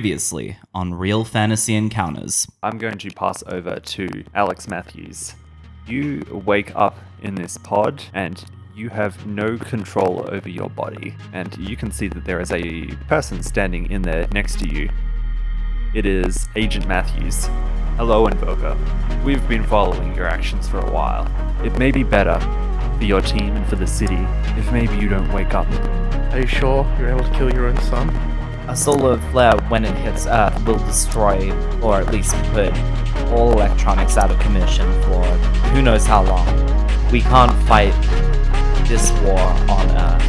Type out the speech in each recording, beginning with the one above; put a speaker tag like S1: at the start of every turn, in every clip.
S1: Previously on Real Fantasy Encounters.
S2: I'm going to pass over to Alex Matthews. You wake up in this pod and you have no control over your body, and you can see that there is a person standing in there next to you. It is Agent Matthews. Hello, Invoker. We've been following your actions for a while. It may be better for your team and for the city if maybe you don't wake up.
S3: Are you sure you're able to kill your own son?
S4: A solar flare, when it hits Earth, will destroy, or at least put, all electronics out of commission for who knows how long. We can't fight this war on Earth.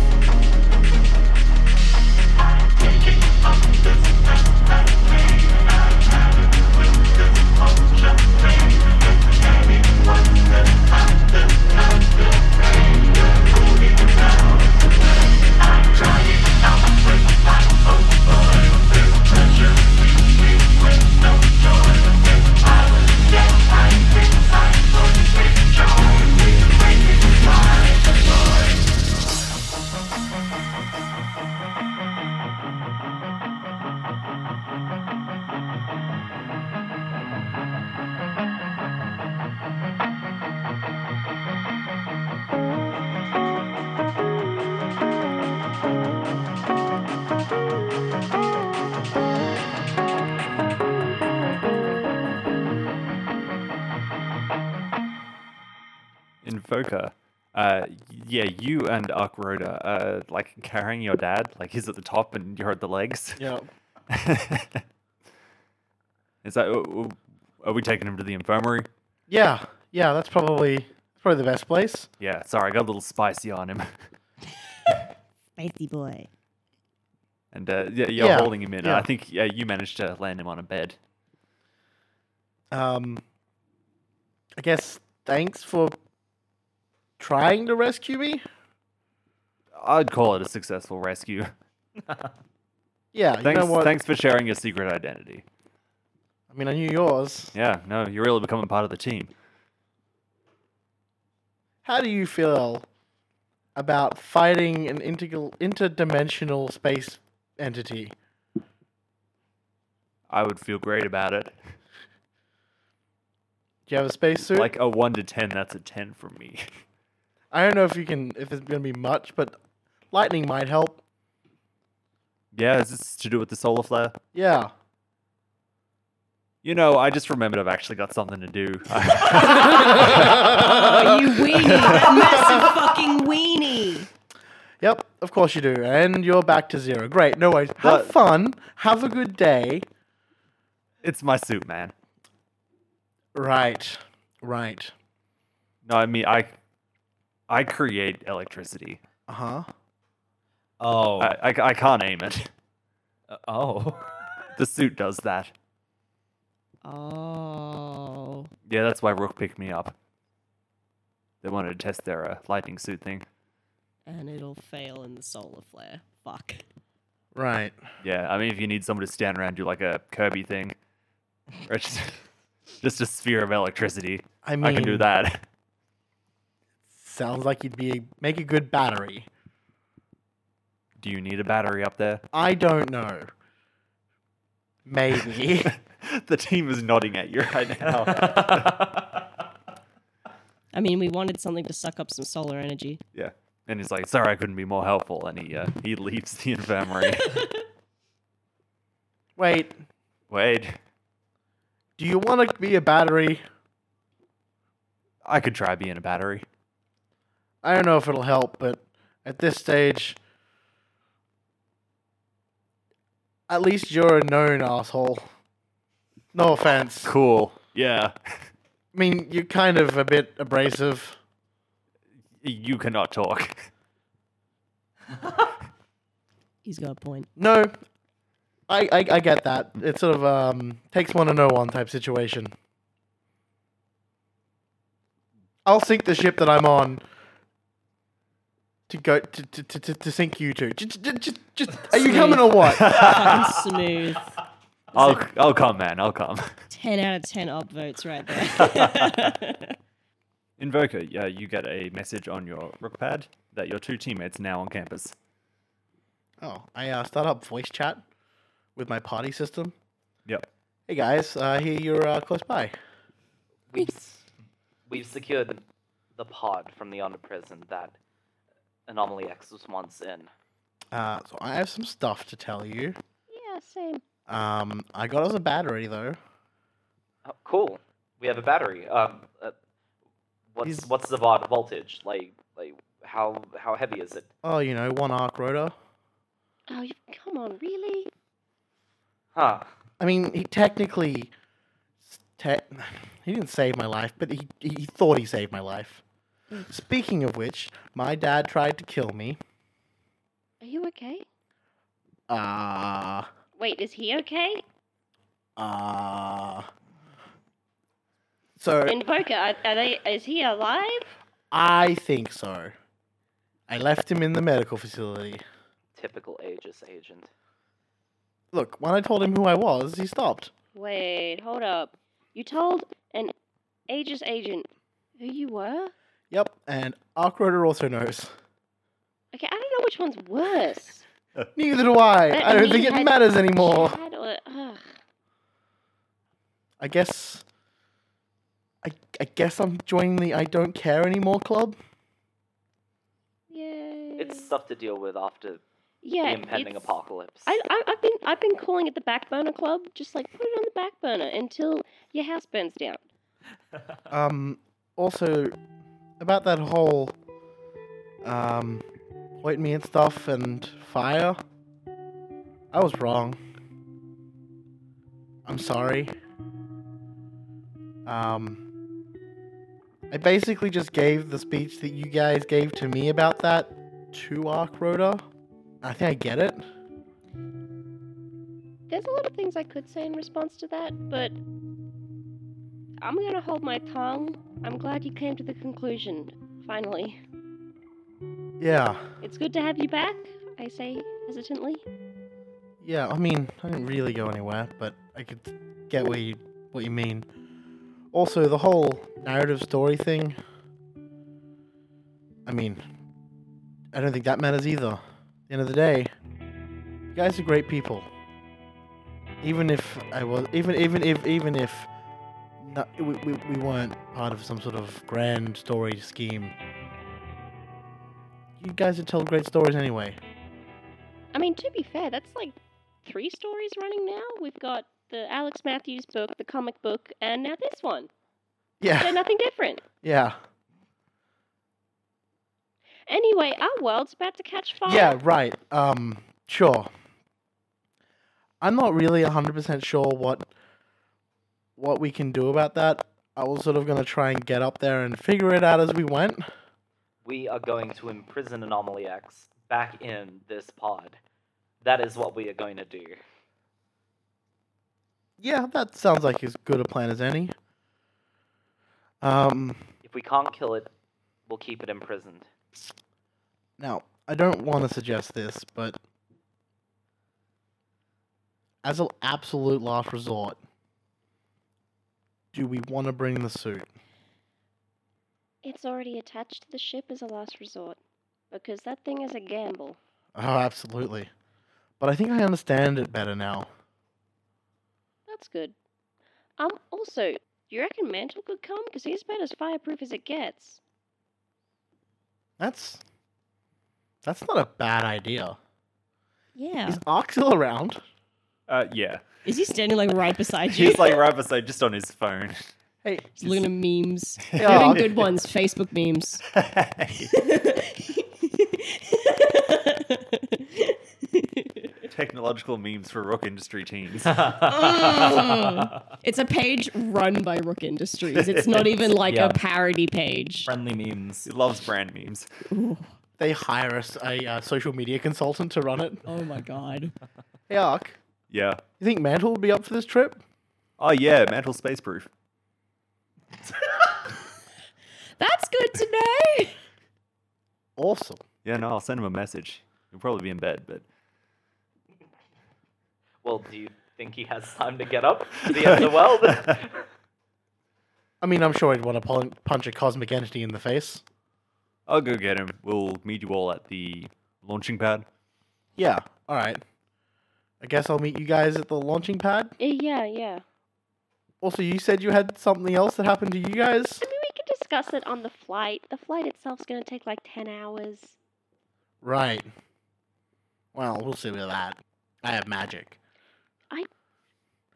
S2: Invoker, uh, yeah, you and Arkroda are like carrying your dad, like he's at the top and you're at the legs.
S3: Yeah.
S2: Is that? o- o- Are we taking him to the infirmary?
S3: Yeah, yeah, that's probably that's probably the best place.
S2: Yeah. Sorry, I got a little spicy on him.
S5: Spicy boy.
S2: And uh, yeah, you're
S3: Yeah,
S2: holding him in. and I
S3: yeah.
S2: think yeah, you managed to land him on a bed.
S3: Um, I guess thanks for trying to rescue me.
S2: I'd call it a successful rescue.
S3: Yeah,
S2: Thanks,
S3: you know what?
S2: thanks for sharing your secret identity.
S3: I mean, I knew yours.
S2: Yeah, no, you're really becoming part of the team.
S3: How do you feel about fighting an integral, interdimensional space entity?
S2: I would feel great about it.
S3: Do you have a spacesuit?
S2: Like a one to ten, that's a ten from me.
S3: I don't know if you can, if it's gonna be much, but lightning might help.
S2: yeah, is this to do with the solar flare?
S3: Yeah.
S2: You know, I just remembered I've actually got something to do.
S5: Oh, you weenie. Massive fucking weenie.
S3: Yep, of course you do. And you're back to zero. Great. No worries. Have
S2: But-
S3: fun. Have a good day.
S2: it's my suit, man.
S3: Right. Right.
S2: No, I mean I, I create electricity.
S3: Uh huh.
S4: Oh.
S2: I, I, I can't aim it.
S4: oh.
S2: The suit does that.
S5: Oh.
S2: Yeah, that's why Rook picked me up. They wanted to test their uh, lightning suit thing.
S5: And it'll fail in the solar flare. Fuck.
S3: Right.
S2: Yeah, I mean, if you need someone to stand around, do like a Kirby thing, or just, just a sphere of electricity.
S3: I mean,
S2: I can do that.
S3: Sounds like you'd be make a good battery.
S2: Do you need a battery up there?
S3: I don't know. Maybe.
S2: the team is nodding at you right now.
S5: I mean, we wanted something to suck up some solar energy.
S2: yeah, and he's like, "Sorry, I couldn't be more helpful," and he uh, he leaves the infirmary.
S3: Wait.
S2: Wait,
S3: Do you want to be a battery?
S2: I could try being a battery.
S3: I don't know if it'll help, but at this stage, at least you're a known asshole. No offense.
S2: Cool. Yeah.
S3: I mean, you're kind of a bit abrasive.
S2: You cannot talk.
S5: He's got a point.
S3: No, I, I I get that. It's sort of um takes one to know one type situation. I'll sink the ship that I'm on to go to to, to, to, to sink you two. Just, just, just, just are you coming or what?
S5: fucking smooth.
S2: I'll I'll come, man. I'll come.
S5: 10 out of 10 upvotes right there.
S2: Invoker, yeah, you get a message on your rook pad that your two teammates are now on campus.
S3: Oh, I uh, start up voice chat with my potty system.
S2: Yep.
S3: Hey guys, uh, here you're uh, close by.
S4: We've, we've secured the pod from the under prison that Anomaly X was once in.
S3: Uh, so I have some stuff to tell you.
S5: Yeah, same.
S3: Um, I got us a battery though.
S4: Oh, cool. We have a battery. Um, uh, what's
S2: Is-
S4: what's the vol- voltage? Like like how how heavy is it?
S3: Oh, you know, one arc rotor.
S5: Oh, you, come on, really?
S4: Huh.
S3: I mean, he technically, s- te- he didn't save my life, but he he thought he saved my life.
S5: Hmm.
S3: Speaking of which, my dad tried to kill me.
S5: Are you okay?
S3: Ah.
S5: Wait, is he okay?
S3: Ah. so
S5: Invoker, are, are they? Is he alive?
S3: I think so. I left him in the medical facility.
S4: Typical Aegis agent.
S3: Look, when I told him who I was, he stopped.
S5: Wait, hold up. You told an Aegis agent who you were?
S3: Yep, and Arkroder also knows.
S5: Okay, I don't know which one's worse.
S3: Neither do I.
S5: That
S3: I don't think
S5: mean I-
S3: it matters anymore.
S5: Chad or- ugh.
S3: I guess. I, I guess I'm joining the I don't care anymore club.
S5: Yay.
S4: It's stuff to deal with after
S5: yeah,
S4: the impending
S5: it's-
S4: apocalypse.
S5: I, I, I've been I've been calling it the back burner club. Just like put it on the back burner until your house burns down.
S3: Um, also, about that whole. Um, point me and stuff and fire. I was wrong. I'm sorry. Um, I basically just gave the speech that you guys gave to me about that to Ark Rhoda. I think I get it.
S5: There's a lot of things I could say in response to that, but I'm gonna hold my tongue. I'm glad you came to the conclusion finally.
S3: Yeah.
S5: It's good to have you back. I say hesitantly.
S3: Yeah, I mean, I didn't really go anywhere, but I could get what you what you mean. Also, the whole narrative story thing. I mean, I don't think that matters either. At the end of the day, you guys are great people. Even if I was, even even if even if no, we, we, we weren't part of some sort of grand story scheme, you guys would tell great stories anyway.
S5: I mean, to be fair, that's like three stories running now. We've got the Alex Matthews book, the comic book, and now this one. They're
S3: Yeah,
S5: nothing different.
S3: yeah.
S5: Anyway, our world's about to catch fire.
S3: Yeah, right. Um, sure. I'm not really 100% sure what what we can do about that. I was sort of going to try and get up there and figure it out as we went.
S4: we are going to imprison Anomaly X back in this pod. That is what we are going to do.
S3: Yeah, that sounds like as good a plan as any. Um,
S4: If we can't kill it, we'll keep it imprisoned.
S3: Now, I don't want to suggest this, but as an absolute last resort, do we want to bring the suit?
S5: It's already attached to the ship as a last resort. Because that thing is a gamble.
S3: Oh, absolutely. But I think I understand it better now.
S5: That's good. Um, also, do you reckon Mantle could come? Because he's about as fireproof as it gets.
S3: That's that's not a bad idea.
S5: Yeah.
S3: Is Ark still around?
S2: Uh, yeah.
S5: Is he standing like right beside
S2: He's like right beside, just on his phone.
S3: Hey,
S5: He's looking at memes.
S3: Yeah.
S2: Oh.
S3: Even
S5: good ones, Facebook memes.
S2: Technological memes for rock industry teens.
S6: Mm.
S5: it's a page run by Rook Industries. It's not even like
S4: Yeah.
S5: a parody page.
S4: Friendly memes.
S2: he loves brand memes.
S3: they hire us a uh, social media consultant to run it.
S5: Oh my god.
S3: Hey, Ark,
S2: Yeah.
S3: you think Mantle will be up for this trip?
S2: Oh yeah, mantle space proof.
S5: That's good to know.
S3: Awesome.
S2: Yeah, no, I'll send him a message. He'll probably be in bed, but
S4: Well, do you think he has time to get up to the end of the world?
S3: I mean, I'm sure he'd want to pun- punch a cosmic entity in the face.
S2: I'll go get him. We'll meet you all at the launching pad.
S3: Yeah. All right. I guess I'll meet you guys at the launching pad.
S5: Uh, yeah, yeah.
S3: Also, you said you had something else that happened to you guys.
S5: I mean, we could discuss it on the flight. The flight itself's going to take like 10 hours.
S3: Right. Well, we'll see with that. I have magic.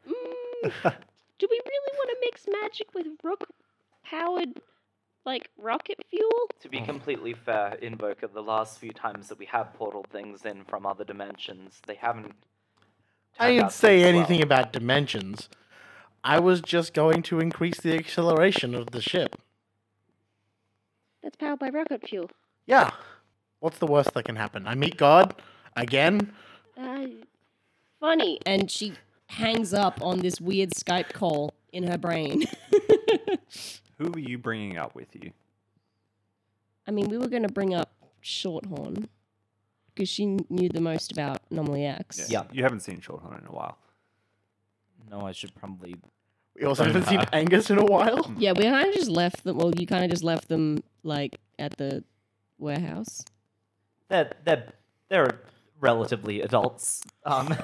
S5: Mm, do we really want to mix magic with rook powered, like, rocket fuel?
S4: To be completely fair, Invoker, the last few times that we have portaled things in from other dimensions, they haven't.
S3: I
S4: turned
S3: didn't
S4: out
S3: say
S4: things well.
S3: anything about dimensions. I was just going to increase the acceleration of the ship.
S5: That's powered by rocket fuel.
S3: Yeah. What's the worst that can happen? I meet God again?
S5: Uh, funny.
S6: and she hangs up on this weird Skype call in her brain.
S2: Who are you bringing up with you?
S6: I mean, we were going to bring up Shorthorn because she knew the most about Anomaly X.
S4: Yeah.
S2: You haven't seen Shorthorn in a while.
S4: No, I should probably.
S3: We also haven't seen Angus in a while.
S6: Yeah, we kind of just left them. Well, you kind of just left them like at the warehouse.
S4: They're, they're, they're relatively adults. Um,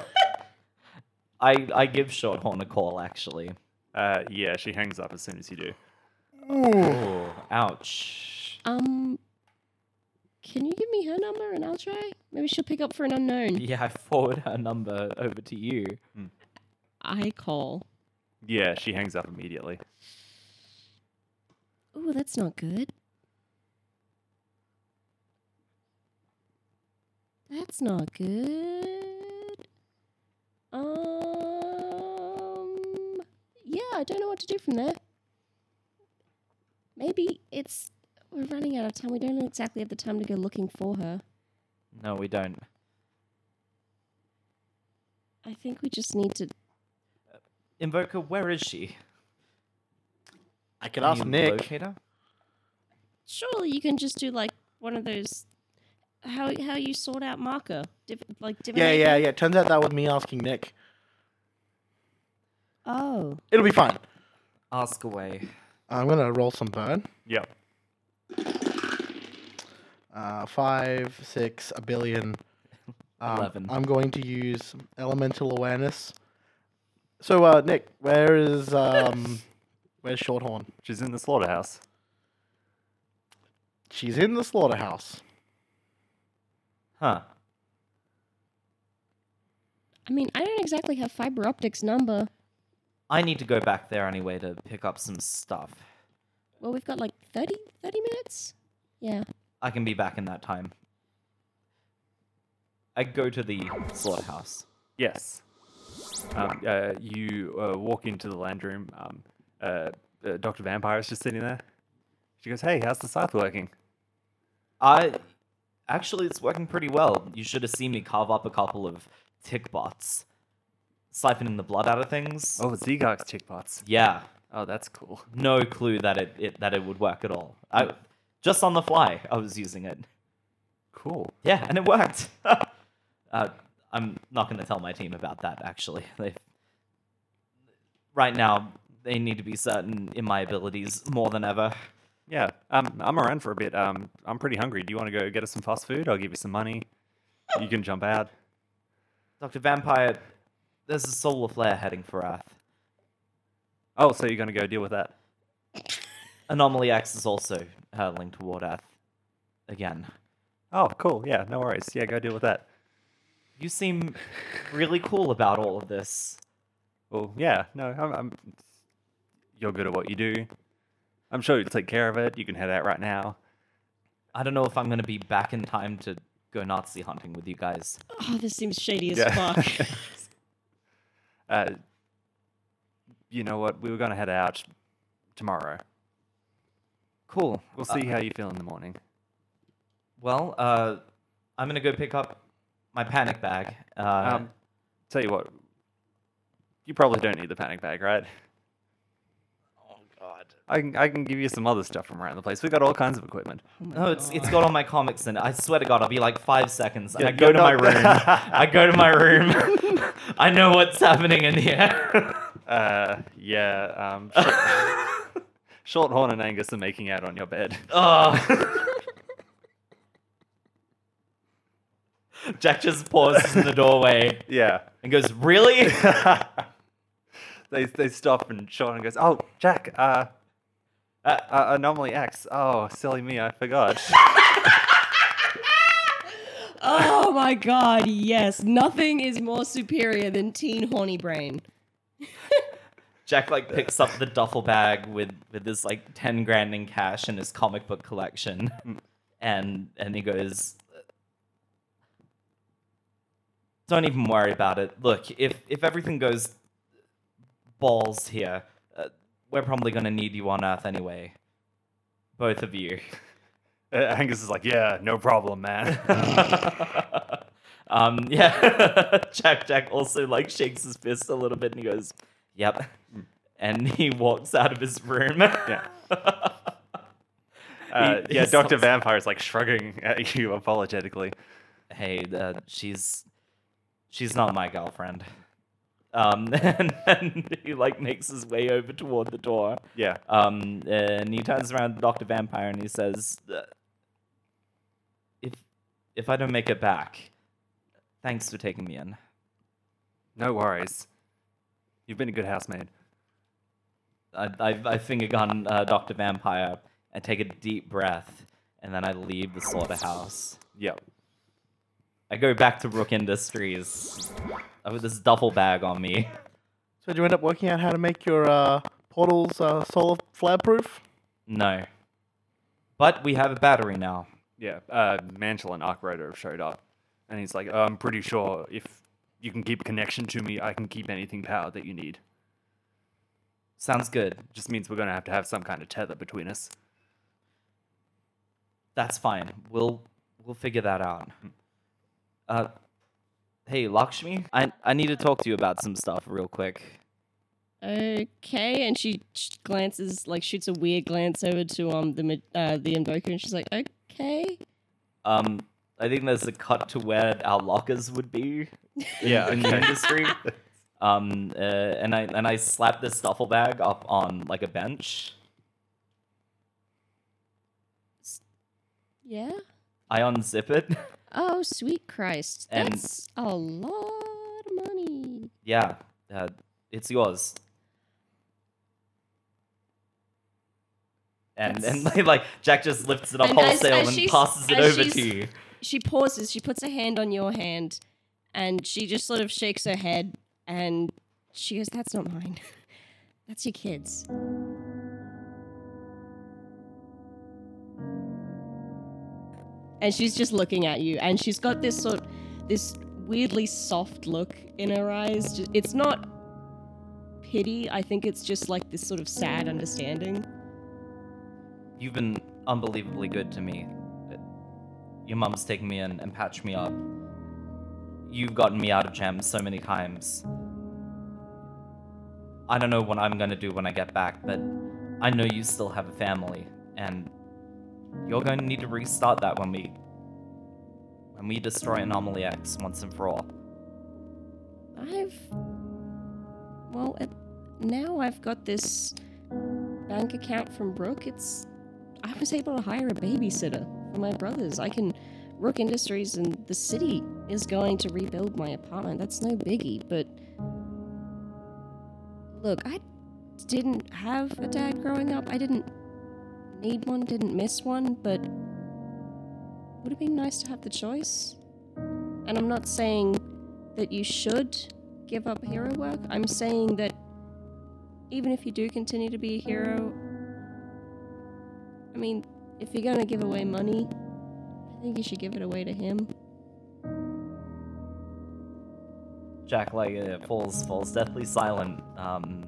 S4: I, I give Shorthorn a call, actually.
S2: Uh, yeah, she hangs up as soon as you do.
S4: Ooh, ouch.
S6: Um, can you give me her number and I'll try? Maybe she'll pick up for an unknown.
S4: Yeah, I forward her number over to you.
S6: I call.
S2: Yeah, she hangs up immediately.
S6: Ooh, that's not good. That's not good. Um, yeah, I don't know what to do from there. Maybe it's we're running out of time. We don't exactly have the time to go looking for her.
S4: No, we don't.
S6: I think we just need to.
S4: Invoker, where is she?
S3: I could ask
S4: Can you
S3: Nick.
S4: locate her?
S6: Surely you can just do like one of those. How how you sort out marker? Div, like
S3: Yeah,
S6: divination?
S3: yeah, yeah. Turns out that was me asking Nick.
S6: Oh.
S3: It'll be fine.
S4: Ask away.
S3: I'm gonna roll some burn.
S2: Yep.
S3: Uh, five, six, a billion. Um,
S4: Eleven.
S3: I'm going to use elemental awareness. So, uh, Nick, where is um, where's Shorthorn?
S2: She's in the slaughterhouse.
S3: She's in the slaughterhouse.
S4: Huh.
S6: I mean, I don't exactly have fiber optics number.
S4: I need to go back there anyway to pick up some stuff.
S6: Well, we've got like 30, 30 minutes. Yeah.
S4: I can be back in that time. I go to the slaughterhouse.
S2: Yes. Um, uh, you uh, walk into the land room. Um, uh, uh, Dr. Vampire is just sitting there. She goes, Hey, how's the scythe working?
S4: I actually, it's working pretty well. You should have seen me carve up a couple of tick bots, siphoning the blood out of things.
S2: Oh, it's Zegok's tick bots.
S4: Yeah,
S2: Oh, that's cool.
S4: no clue that it, it that it would work at all. I just on the fly, I was using it.
S2: Cool.
S4: Yeah, and it worked. uh, I'm not going to tell my team about that. Actually, they right now they need to be certain in my abilities more than ever.
S2: Yeah, um, I'm around for a bit. Um, I'm pretty hungry. Do you want to go get us some fast food? I'll give you some money. You can jump out.
S4: Doctor Vampire, there's a solar flare heading for Earth.
S2: Oh, so you're going to go deal with that?
S4: Anomaly X is also hurtling toward Earth again.
S2: Oh, cool. Yeah, no worries. Yeah, go deal with that.
S4: You seem really cool about all of this.
S2: Well, yeah, no, I'm, I'm. You're good at what you do. I'm sure you'll take care of it. You can head out right now.
S4: I don't know if I'm going to be back in time to go Nazi hunting with you guys.
S6: Oh, this seems shady as
S2: Yeah.
S6: fuck.
S2: Uh, you know what? We were going to head out tomorrow.
S4: Cool. Uh,
S2: We'll see how you feel in the morning.
S4: Well, uh, I'm gonna go pick up my panic bag. Uh,
S2: Um, tell you what, you probably don't need the panic bag, right?
S4: oh God!
S2: I can, I can give you some other stuff from around the place. We've got all kinds of equipment.
S4: No, it's it's got all my comics in it. I swear to God, I'll be like five seconds, and
S2: Yeah,
S4: I go
S2: you're
S4: to my
S2: not-
S4: room. I go to my room. I know what's happening in here.
S2: Uh, yeah. Um, Short- Shorthorn and Angus are making out on your bed.
S4: oh. Jack just pauses in the doorway
S2: Yeah.
S4: and goes, Really?
S2: they they stop and Sean goes, "Oh, Jack, uh, uh, uh anomaly X. Oh, silly me, I forgot."
S6: Oh my god, yes. Nothing is more superior than teen horny brain.
S4: Jack like picks up the duffel bag with with his like ten grand in cash and his comic book collection, and and he goes, "Don't even worry about it. Look, if if everything goes balls here, uh, we're probably gonna need you on Earth anyway, both of you."
S2: Uh, Angus is like, "Yeah, no problem, man."
S4: um, yeah, Jack Jack also like shakes his fist a little bit and he goes, "Yep," and he walks out of his room.
S2: yeah. Uh,
S4: He-
S2: yeah,
S4: he
S2: Doctor
S4: sounds-
S2: Vampire is like shrugging at you apologetically.
S4: hey, uh, she's she's not my girlfriend. Um, and, and he like makes his way over toward the door.
S2: Yeah.
S4: Um, and he turns around to Doctor Vampire and he says, uh, "If if I don't make it back, thanks for taking me in."
S2: No worries. You've been a good housemaid.
S4: I, I, I finger gun uh, Dr. Vampire and take a deep breath, and then I leave the slaughterhouse.
S2: Yep.
S4: I go back to Rook Industries uh, with this duffel bag on me.
S3: So did you end up working out how to make your uh, portals uh, solar flare proof?
S4: No. But we have a battery now.
S2: Yeah. Uh, Mantle and Arkwriter have showed up, and he's like, "I'm pretty sure if you can keep a connection to me, I can keep anything powered that you need."
S4: Sounds good.
S2: Just means we're gonna have to have some kind of tether between us.
S4: That's fine. We'll we'll figure that out. Uh, hey Lakshmi, I I need to talk to you about some stuff real quick.
S6: Okay, and she sh- glances, like shoots a weird glance over to um the mid- uh, the invoker, and she's like, "Okay."
S4: Um, I think there's a cut to where our lockers would be.
S2: Yeah,
S4: in the industry. Um, uh, and I and I slap this duffel bag up on like a bench.
S6: Yeah.
S4: I unzip it.
S6: Oh, sweet Christ!
S4: And-
S6: That's a lot of money.
S4: yeah, uh, it's yours. And and like Jack just lifts it up
S6: And as-
S4: wholesale
S6: as
S4: and
S6: she's-
S4: passes it
S6: as
S4: over to
S6: she's-
S4: you.
S6: She pauses. She puts a hand on your hand, and she just sort of shakes her head, and she goes, "That's not mine. That's your kids." And she's just looking at you, and she's got this sort, this weirdly soft look in her eyes. Ju- It's not pity. I think it's just like this sort of sad understanding.
S4: You've been unbelievably good to me. Your mum's taken me in and patched me up. You've gotten me out of jams so many times. I don't know what I'm gonna do when I get back, but I know you still have a family, and you're going to need to restart that when we when we destroy Anomaly X once and for all.
S6: I've. Well, at, now I've got this bank account from Rook. It's. I was able to hire a babysitter for my brothers. I can. Rook Industries and the city is going to rebuild my apartment. That's no biggie, but. Look, I didn't have a dad growing up. I didn't need one, didn't miss one, but. Would it be nice to have the choice? And I'm not saying that you should give up hero work. I'm saying that even if you do continue to be a hero, I mean, if you're going to give away money, I think you should give it away to him.
S4: Jack like uh, falls falls deathly silent, um,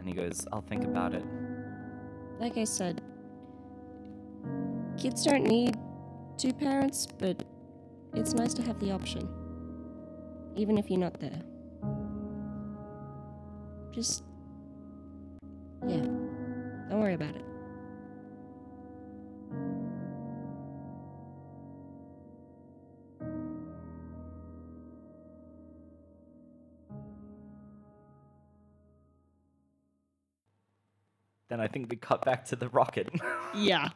S4: and he goes, "I'll think about it."
S6: Like I said, kids don't need two parents, but it's nice to have the option, even if you're not there. Just, yeah, don't worry about it.
S4: Then I think we cut back to the rocket.
S6: Yeah.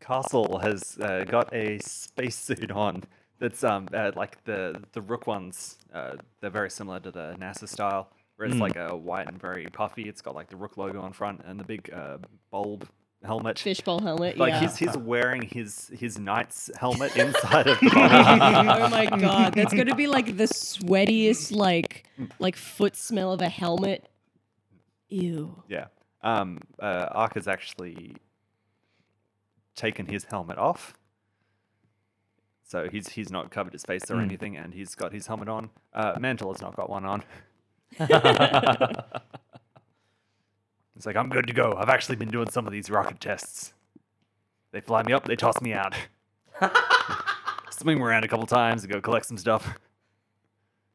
S2: Castle has uh, got a spacesuit on That's um uh, like the the rook ones. Uh, they're very similar to the NASA style, where it's like a white and very puffy. It's got like the rook logo on front and the big uh, bulb helmet.
S5: Fishbowl helmet.
S2: Like
S5: yeah.
S2: he's he's wearing his his knight's helmet inside of the body.
S5: oh my god, that's gonna be like the sweatiest, like like foot smell of a helmet. Ew.
S2: yeah. Um. Uh, Ark has actually taken his helmet off. So he's he's not covered his face or anything, and he's got his helmet on. Uh, Mantle has not got one on. It's like I'm good to go. I've actually been doing some of these rocket tests. They fly me up, they toss me out. Swing me around a couple times and go collect some stuff.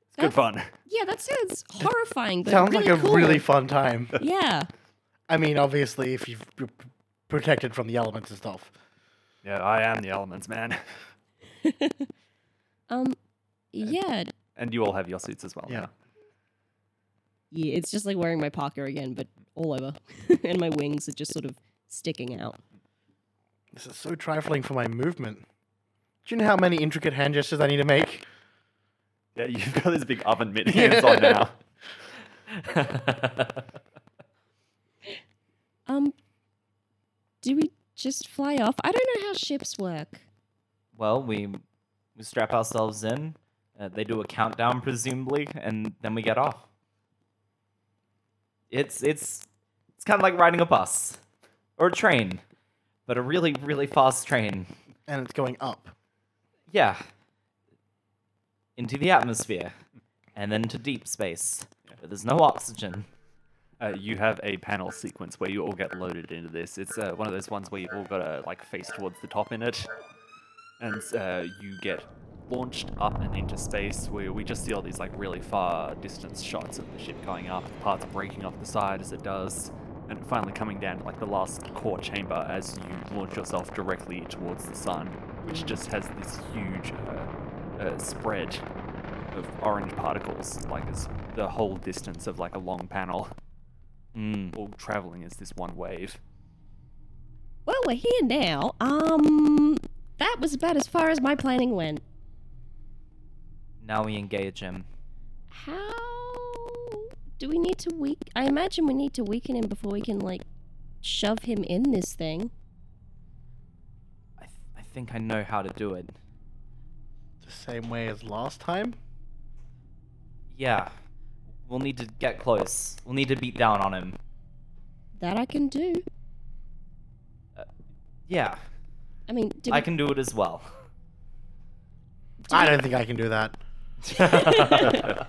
S2: It's good
S6: That's-
S2: fun.
S6: Yeah, that sounds horrifying. But
S3: Sounds
S6: really
S3: like a
S6: cool.
S3: really fun time.
S6: Yeah.
S3: I mean, obviously, if you've you're p- protected from the elements and stuff.
S2: Yeah, I am the elements, man.
S6: Um. Yeah.
S2: And you all have your suits as well.
S3: Yeah.
S2: now.
S5: Yeah, it's just like wearing my parka again, but all over, and my wings are just sort of sticking out.
S3: This is so trifling for my movement. Do you know how many intricate hand gestures I need to make?
S2: Yeah, you've got these big oven mitt hands on now.
S6: Um. Do we just fly off? I don't know how ships work.
S4: Well, we we strap ourselves in. Uh, they do a countdown, presumably, and then we get off. It's it's it's kind of like riding a bus or a train, but a really really fast train.
S3: And it's going up.
S4: Yeah, into the atmosphere, and then to deep space. But there's no oxygen.
S2: Uh, you have a panel sequence where you all get loaded into this. It's uh, one of those ones where you've all got to like face towards the top in it, and uh, you get launched up and into space where we just see all these like really far distance shots of the ship going up, parts breaking off the side as it does, and finally coming down to like the last core chamber as you launch yourself directly towards the sun, which just has this huge uh, uh, spread of orange particles, like it's the whole distance of like a long panel
S4: Mm.
S2: all traveling is this one wave.
S6: Well, we're here now. Um. That was about as far as my planning went.
S4: Now we engage him.
S6: How do we need to weak? I imagine we need to weaken him before we can like shove him in this thing.
S4: I, th- I think I know how to do it.
S3: The same way as last time?
S4: Yeah, we'll need to get close. We'll need to beat down on him.
S6: That I can do.
S4: Yeah,
S6: I mean, did
S4: I
S6: we,
S4: can do it as well.
S3: I don't think I can do that.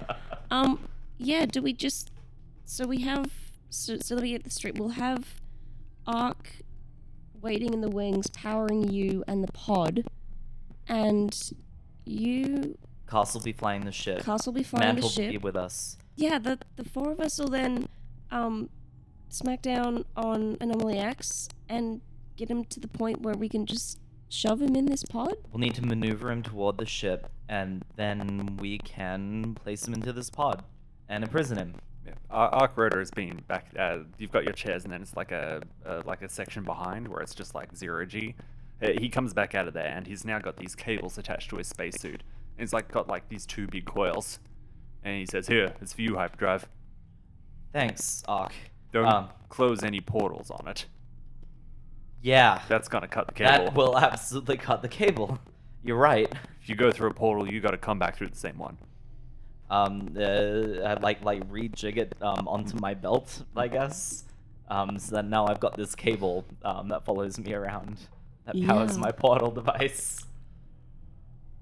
S6: um yeah, do we just so we have so, so let me get this straight. We'll have Ark waiting in the wings, powering you and the pod, and you
S4: Castle be flying the ship.
S6: Castle will be flying
S4: Mantle
S6: the
S4: will
S6: ship.
S4: be with us.
S6: Yeah, the the four of us will then um smack down on Anomaly X and get him to the point where we can just shove him in this pod.
S4: We'll need to maneuver him toward the ship, and then we can place him into this pod and imprison him.
S2: Yeah. Ar- Arc rotor has been back. Uh, you've got your chairs, and then it's like a uh, like a section behind where it's just like zero g. Uh, he comes back out of there, and he's now got these cables attached to his spacesuit. And he's like got like these two big coils, and he says, "Here, it's for you, hyperdrive.
S4: Thanks, Ark.
S2: Don't
S4: Um,
S2: close any portals on it.
S4: yeah,
S2: That's gonna cut the cable.
S4: that will absolutely cut the cable. You're right.
S2: if you go through a portal, you got to come back through the same one."
S4: Um, uh, I'd like like rejig it um, onto my belt, I guess. Um, so then now I've got this cable um, that follows me around that powers
S5: Yeah.
S4: my portal device.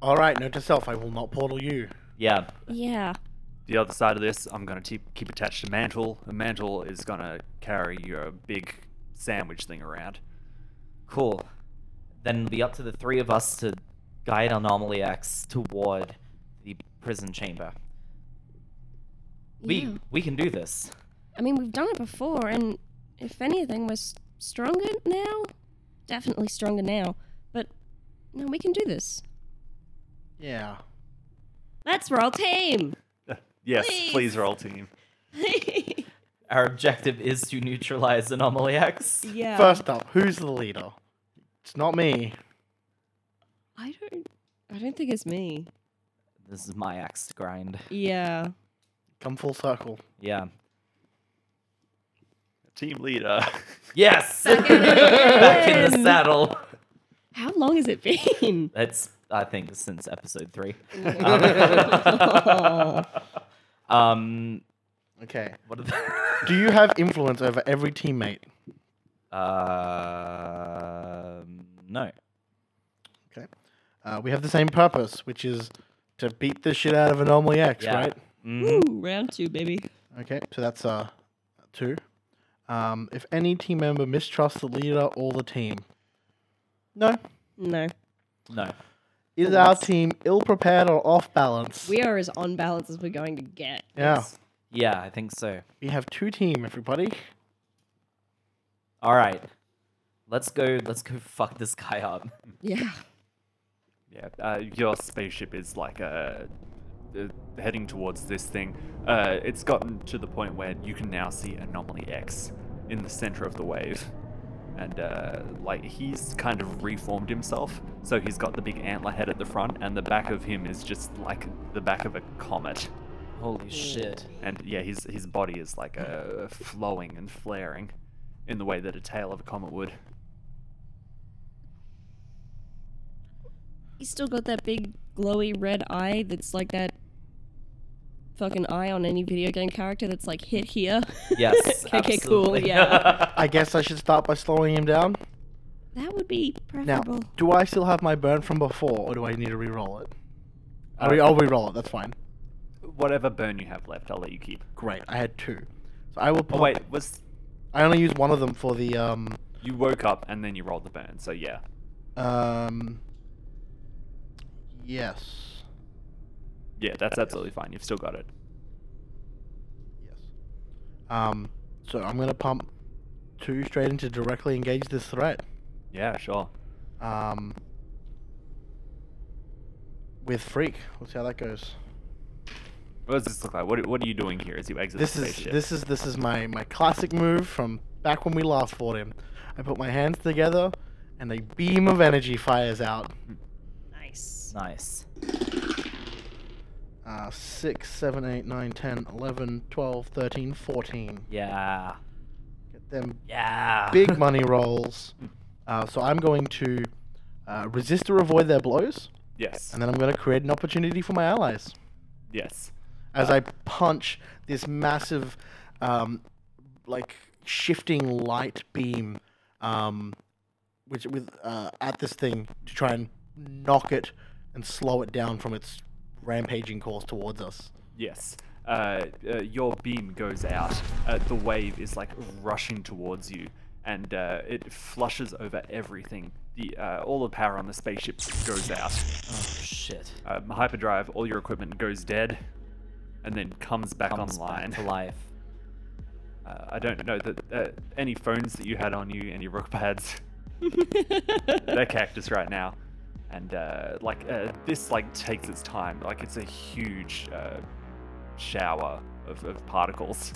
S3: Alright, note to self, I will not portal you.
S4: Yeah,
S6: Yeah.
S2: the other side of this, I'm going to keep keep attached to mantle. A mantle is going to carry your big sandwich thing around.
S4: cool. Then it'll be up to the three of us to guide Anomaly X toward the prison chamber.
S6: yeah.
S4: We we can do this.
S6: I mean, we've done it before, and if anything, we're s- stronger now. Definitely stronger now. But no, we can do this.
S3: Yeah.
S5: Let's roll team.
S2: Yes,
S5: Please.
S2: please roll team.
S4: Our objective is to neutralize Anomaly X.
S5: yeah.
S3: First up, who's the leader? It's not me.
S5: I don't.
S6: I don't think it's me.
S4: This is my axe to grind.
S6: Yeah.
S3: Come full circle.
S4: Yeah.
S2: Team leader.
S4: Yes!
S6: Back in it
S4: Back in the
S6: again.
S4: saddle.
S6: How long has it been?
S4: That's, I think, since episode three. Um,
S3: Okay.
S4: what are the.
S3: Do you have influence over every teammate?
S4: Um, no.
S3: Okay. Uh, we have the same purpose, which is to beat the shit out of anomaly X,
S4: Yeah.
S3: right?
S4: Mhm.
S6: Ooh, round two, baby.
S3: Okay, so that's uh two. Um, if any team member mistrusts the leader or the team, no,
S6: No.
S4: No.
S3: is our team ill prepared or off balance?
S6: We are as on balance as we're going to get.
S3: yeah,
S4: Yeah, I think so.
S3: we have two team everybody.
S4: All right. Let's go. Let's go. Fuck this guy up.
S6: Yeah.
S2: yeah, uh, your spaceship is like uh uh, heading towards this thing. Uh, it's gotten to the point where you can now see Anomaly X in the center of the wave. And uh, like he's kind of reformed himself, so he's got the big antler head at the front, and the back of him is just like the back of a comet.
S4: Holy shit.
S2: And yeah, his his body is like uh, flowing and flaring, in the way that a tail of a comet would.
S6: He's still got that big glowy red eye that's like that fucking eye on any video game character that's like hit here.
S4: Yes.
S6: okay, cool.
S4: absolutely.
S6: Yeah.
S3: I guess I should start by slowing him down.
S6: that would be
S3: Now,
S6: preferable.
S3: do I still have my burn from before, or do I need to re-roll it? I'll, re- I'll re-roll it. That's fine.
S2: Whatever burn you have left, I'll let you keep.
S3: Great. I had two, so I will.
S2: Oh
S3: pop-
S2: wait, was
S3: I only used one of them for the um
S2: you woke up and then you rolled the burn? So yeah.
S3: um. Yes.
S2: Yeah, that's absolutely fine. You've still got it.
S3: Yes. Um, so I'm gonna pump two straight into directly engage this threat.
S2: Yeah, sure.
S3: Um, with freak. Let's see how that goes.
S2: What does this look like? What, what are you doing here as you exit
S3: This
S2: the
S3: is
S2: spaceship?
S3: this is this is my my classic move from back when we last fought him. I put my hands together, and a beam of energy fires out.
S6: nice.
S4: Nice.
S3: Uh, 6, 7, 8, 9, 10, 11, 12, 13, 14.
S4: Yeah.
S3: Get them
S4: Yeah.
S3: big money rolls. Uh, so I'm going to uh, resist or avoid their blows.
S2: Yes.
S3: And then I'm going to create an opportunity for my allies
S2: Yes.
S3: as I punch this massive, um, like shifting light beam, um, which with uh, at this thing to try and knock it and slow it down from its rampaging course towards us.
S2: Yes. Uh, uh, your beam goes out. Uh, the wave is like rushing towards you, and uh, it flushes over everything. The uh, all the power on the spaceship goes out.
S4: Oh shit.
S2: Um, hyperdrive, all your equipment goes dead, and then comes back
S4: Comes
S2: online.
S4: back to life.
S2: Uh, I don't know that uh, any phones that you had on you, any rock pads, they're cactus right now, and uh, like uh, this like takes its time. Like it's a huge uh, shower of, of particles.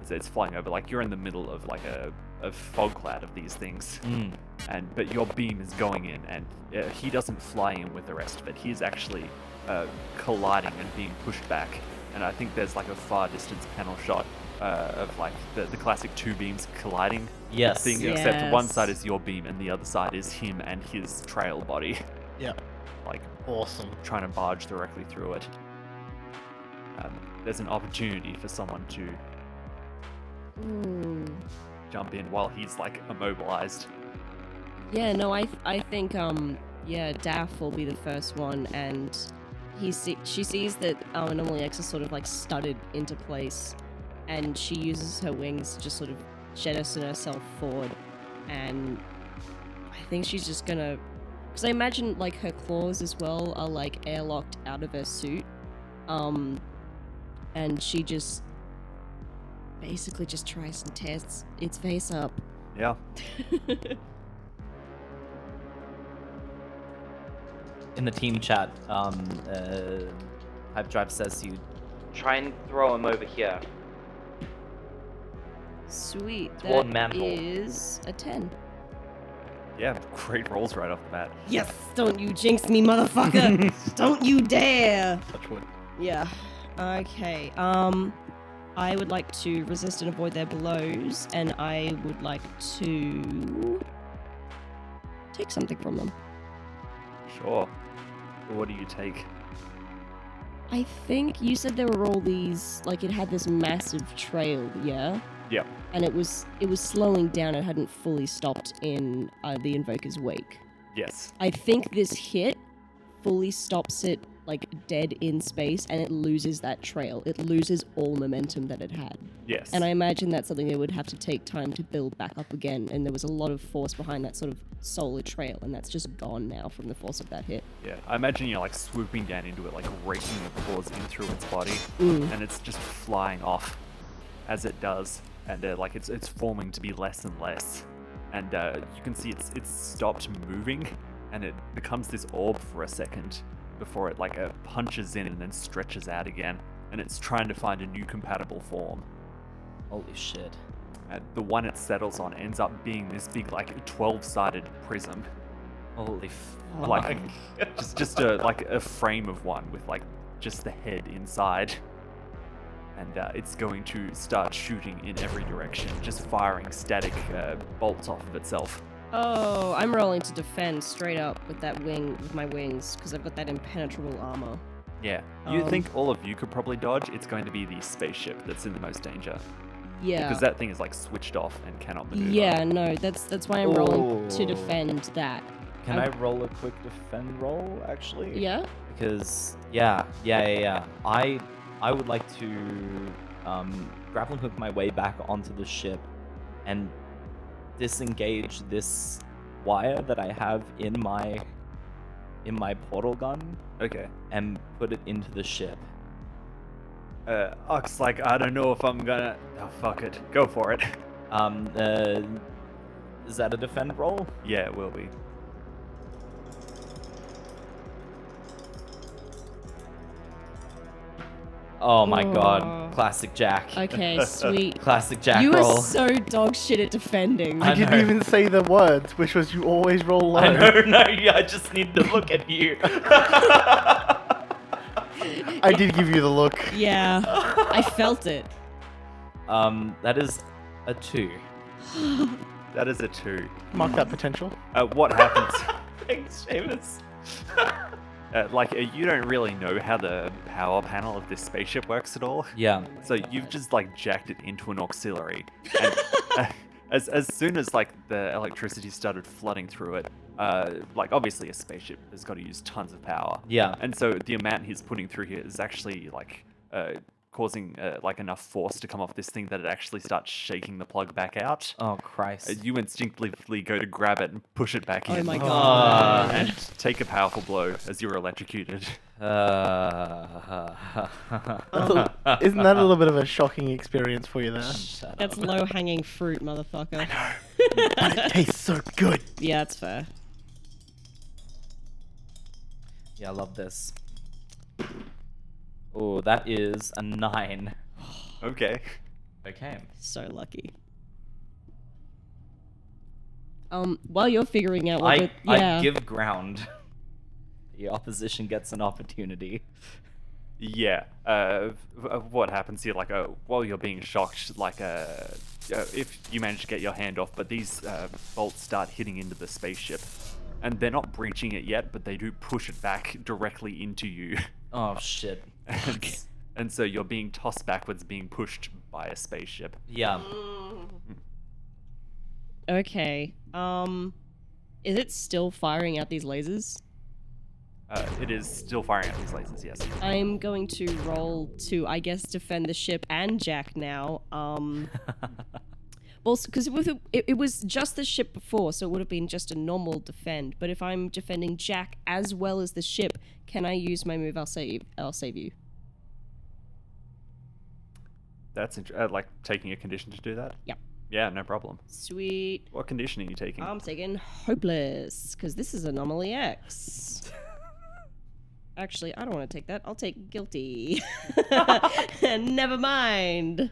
S2: It's, it's flying over. Like you're in the middle of like a, a fog cloud of these things,
S4: Mm.
S2: and but your beam is going in, and uh, he doesn't fly in with the rest, but he's actually uh, colliding and being pushed back. And I think there's like a far distance panel shot uh, of like the, the classic two beams colliding
S4: Yes.
S2: thing, except one side
S6: Yes.
S2: is your beam and the other side is him and his trail body,
S3: Yeah,
S2: like
S3: awesome.
S2: trying to barge directly through it. Um, there's an opportunity for someone to
S6: Ooh.
S2: jump in while he's like immobilized.
S6: Yeah, no, I I think um yeah, Daff will be the first one, and he see- she sees that um, anomaly X is sort of like studded into place, and she uses her wings to just sort of jettison herself forward, and I think she's just gonna, because I imagine like her claws as well are like airlocked out of her suit, um, and she just basically just tries and tears its face up.
S2: Yeah.
S4: in the team chat, um, uh, Hype Drive says you try and throw him over here.
S6: Sweet.
S4: It's
S6: That
S4: one manhole.
S6: is a 10.
S2: Yeah, great rolls right off the bat.
S6: Yes, don't you jinx me, motherfucker! don't you dare!
S3: Touch wood.
S6: Yeah. Okay. Um, I would like to resist and avoid their blows, and I would like to take something from them.
S2: Sure. What do you take?
S6: I think you said there were all these, like it had this massive trail, yeah.
S2: Yeah.
S6: And it was it was slowing down. It hadn't fully stopped in uh, the invoker's wake.
S2: Yes.
S6: I think this hit fully stops it like dead in space and it loses that trail. It loses all momentum that it had.
S2: Yes.
S6: And I imagine that's something they would have to take time to build back up again. And there was a lot of force behind that sort of solar trail, and that's just gone now from the force of that hit.
S2: Yeah. I imagine you're like swooping down into it, like raking your claws in through its body,
S6: Mm.
S2: and it's just flying off as it does, and uh, like it's it's forming to be less and less, and uh, you can see it's it's stopped moving, and it becomes this orb for a second before it like uh, punches in and then stretches out again, and it's trying to find a new compatible form.
S4: Holy shit.
S2: And the one it settles on ends up being this big like 12-sided prism.
S4: Holy f-
S6: Oh,
S2: like a, just just a like a frame of one with like just the head inside and uh, it's going to start shooting in every direction just firing static uh, bolts off of itself
S6: Oh, I'm rolling to defend straight up with that wing, with my wings, because I've got that impenetrable armor.
S2: yeah you
S6: Um.
S2: think all of you could probably dodge it's going to be the spaceship that's in the most danger
S6: Yeah.
S2: because that thing is like switched off and cannot maneuver
S6: yeah, no, that's that's why I'm rolling to
S4: Ooh.
S6: defend that.
S4: Can
S6: I-
S4: I roll a quick defend roll, actually?
S6: Yeah?
S4: Because, yeah, yeah, yeah, yeah. I, I would like to um, grappling hook my way back onto the ship and disengage this wire that I have in my in my portal gun
S2: okay
S4: and put it into the ship.
S2: uh Ox like I don't know if I'm gonna oh fuck it go for it
S4: Um, uh, is that a defend roll?
S2: yeah it will be
S4: Oh my
S6: Oh.
S4: god, classic Jack.
S6: Okay, sweet.
S4: Classic Jack
S6: you
S4: roll.
S6: are so dog shit at defending.
S3: I,
S4: I
S3: didn't
S4: know.
S3: even say the words, which was you always roll low.
S4: I know, no, yeah, I just need to look at you.
S3: I did give you the look.
S6: yeah. I felt it.
S4: um, that is a two.
S2: that is a two
S3: Mark that potential.
S2: uh, what happens
S4: Thanks, Seamus.
S2: Uh, like uh, you don't really know how the power panel of this spaceship works at all,
S4: Yeah.
S2: so you've just like jacked it into an auxiliary. And, uh, as as soon as like the electricity started flooding through it, uh, like obviously a spaceship has got to use tons of power.
S4: Yeah.
S2: And so the amount he's putting through here is actually like uh, causing uh, like enough force to come off this thing that it actually starts shaking the plug back out.
S4: Oh
S2: Uh,
S4: Christ.
S2: You instinctively go to grab it and push it back
S6: Oh
S2: in.
S6: my
S4: God.
S2: And take a powerful blow as you're electrocuted.
S4: Uh,
S3: Isn't that a little bit of a shocking experience for you there?
S4: Shut
S6: That's low hanging fruit, motherfucker.
S3: it tastes so good.
S6: Yeah, that's fair.
S4: Yeah, I love this. Oh, that is a nine.
S2: Okay.
S4: Okay.
S6: So lucky. Um, while you're figuring out what
S4: I,
S6: the- yeah.
S4: I give ground. The opposition gets an opportunity.
S2: Yeah. Uh, v- uh, what happens here? Like, uh, while you're being shocked, like, uh, uh, if you manage to get your hand off, but these uh, bolts start hitting into the spaceship, and they're not breaching it yet, but they do push it back directly into you,
S4: Oh shit.
S2: and, s- and so you're being tossed backwards, being pushed by a spaceship.
S4: Yeah.
S6: Okay. Um is it still firing out these lasers?
S2: Uh, it is still firing at these lasers. Yes.
S6: I'm going to roll to I guess defend the ship and Jack now. Um well because it, it, it was just the ship before, so it would have been just a normal defend, but if I'm defending Jack as well as the ship, can I use my move I'll save I'll save you.
S2: That's int- uh, like taking a condition to do that.
S6: Yep.
S2: Yeah, no problem.
S6: Sweet.
S2: What condition are you taking?
S6: I'm taking hopeless because this is anomaly X. Actually, I don't want to take that. I'll take guilty. Never mind.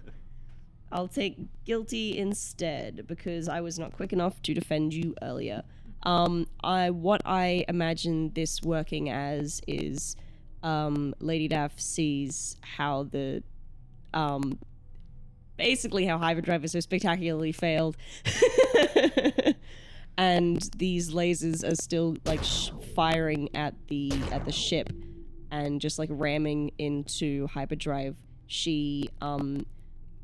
S6: I'll take guilty instead because I was not quick enough to defend you earlier. Um, I what I imagine this working as is um, Lady Daff sees how the um, basically how hyperdrive has so spectacularly failed, and these lasers are still like sh- firing at the at the ship and just like ramming into hyperdrive. She um,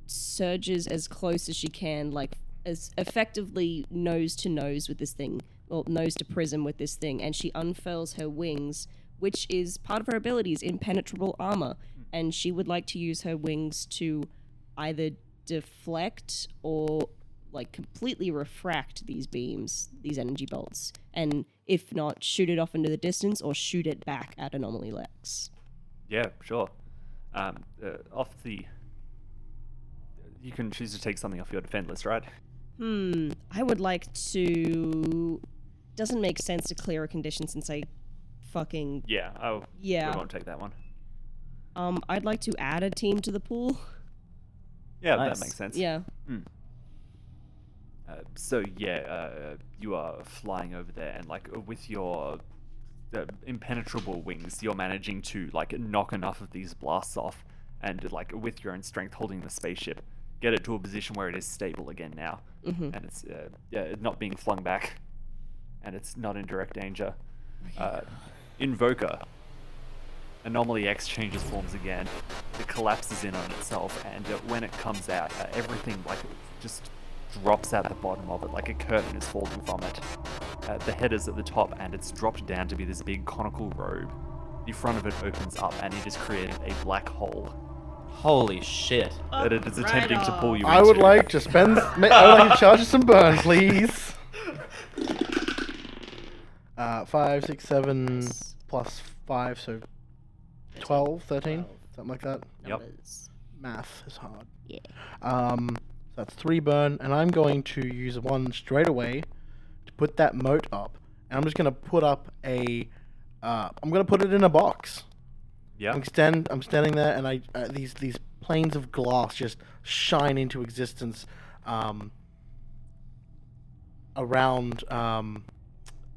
S6: surges as close as she can, like as effectively nose to nose with this thing, well, nose to prism with this thing, and she unfurls her wings, which is part of her abilities, impenetrable armor, and she would like to use her wings to either deflect or like completely refract these beams, these energy bolts, and if not, shoot it off into the distance or shoot it back at Anomaly Lex.
S2: Yeah, sure. Um, uh, off the. You can choose to take something off your defend list, right?
S6: Hmm, I would like to. Doesn't make sense to clear a condition since I fucking.
S2: Yeah. Oh, we
S6: Yeah.
S2: won't take that one.
S6: Um, I'd like to add a team to the pool.
S2: Yeah,
S4: Nice.
S2: that makes sense.
S6: Yeah.
S2: Uh, so yeah, uh, you are flying over there, and like with your uh, impenetrable wings, you're managing to like knock enough of these blasts off, and like with your own strength, holding the spaceship, get it to a position where it is stable again now,
S6: Mhm.
S2: and it's uh, yeah, not being flung back, and it's not in direct danger. Uh, Invoker. Anomaly X changes forms again. It collapses in on itself, and uh, when it comes out, uh, everything like just drops out the bottom of it, like a curtain is falling from it. Uh, the head is at the top, and it's dropped down to be this big conical robe. The front of it opens up, and it is creating a black hole
S4: Holy shit.
S2: that it is attempting to pull you.
S3: I would
S2: into.
S3: like to spend. ma- I would like to charge some burn, please. Uh, five, six, seven plus five, so 12, 13, something like that.
S2: Yep.
S3: Math is hard.
S5: Yeah.
S3: Um, that's three burn, and I'm going to use one straight away to put that moat up, and I'm just gonna put up a. Uh, I'm gonna put it in a box.
S2: Yeah.
S3: I'm stand. I'm standing there, and I uh, these these planes of glass just shine into existence um, around um,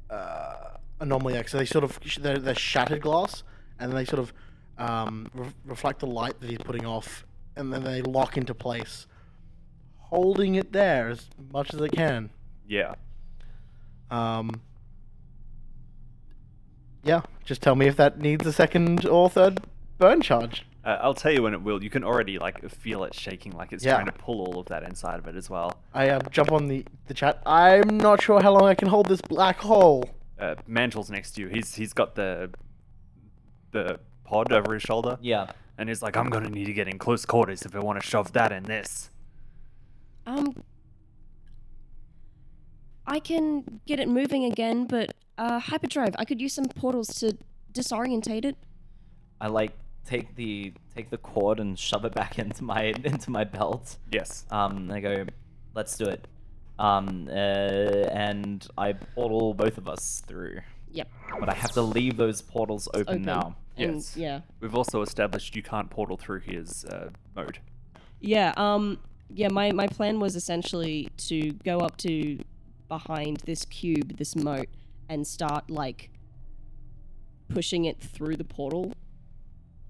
S3: uh, Anomaly X. So they sort of sh- they're, they're shattered glass, and they sort of um, re- reflect the light that he's putting off, and then they lock into place, holding it there as much as I can.
S2: Yeah.
S3: Um, yeah, just tell me if that needs a second or third burn charge.
S2: Uh, I'll tell you when it will. You can already like feel it shaking, like it's
S3: Yeah.
S2: trying to pull all of that inside of it as well.
S3: I uh, jump on the, the chat. I'm not sure how long I can hold this black hole.
S2: uh, Mantle's next to you. He's he's got the the pod over his shoulder,
S4: Yeah.
S2: and he's like, "I'm gonna need to get in close quarters if I want to shove that in this."
S6: Um, I can get it moving again, but uh, hyperdrive. I could use some portals to disorientate it.
S4: I like take the take the cord and shove it back into my into my belt.
S2: Yes.
S4: Um, and I go, let's do it. Um, uh, and I portal both of us through,
S6: Yep.
S4: but I have to leave those portals open,
S6: Open.
S4: now.
S6: And-
S2: Yes.
S6: Yeah.
S2: We've also established you can't portal through his uh, mode.
S6: Yeah, um yeah, my, my plan was essentially to go up to behind this cube, this moat, and start like pushing it through the portal.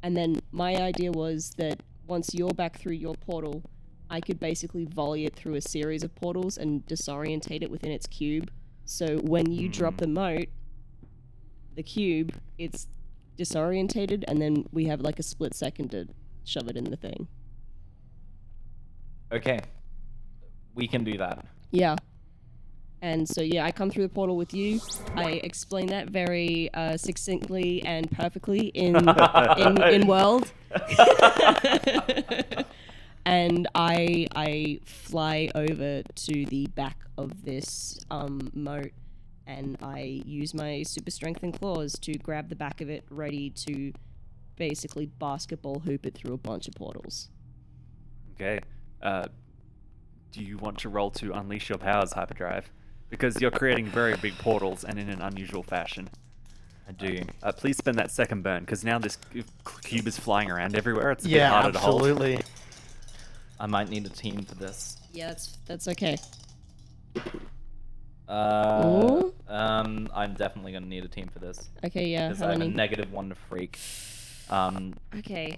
S6: And then my idea was that once you're back through your portal, I could basically volley it through a series of portals and disorientate it within its cube. So when you drop the moat, the cube, it's disorientated and then we have like a split second to shove it in the thing.
S4: Okay, we can do that.
S6: Yeah. And so yeah, I come through the portal with you. I explain that very uh, succinctly and perfectly in in, in world. and I I fly over to the back of this um, moat, and I use my super strength and claws to grab the back of it, ready to basically basketball hoop it through a bunch of portals.
S2: Okay. Uh, do you want to roll to unleash your powers, hyperdrive? Because you're creating very big portals and in an unusual fashion.
S4: I do.
S2: Uh, please spend that second burn, because now this c- cube is flying around everywhere. It's a bit
S3: yeah,
S2: harder to hold.
S3: absolutely.
S4: I might need a team for this.
S6: Yeah, that's that's okay.
S4: Uh,
S6: Ooh.
S4: Um, I'm definitely gonna need a team for this
S6: Okay, yeah.
S4: because
S6: How
S4: I'm a
S6: many?
S4: negative one to freak. Um,
S6: Okay.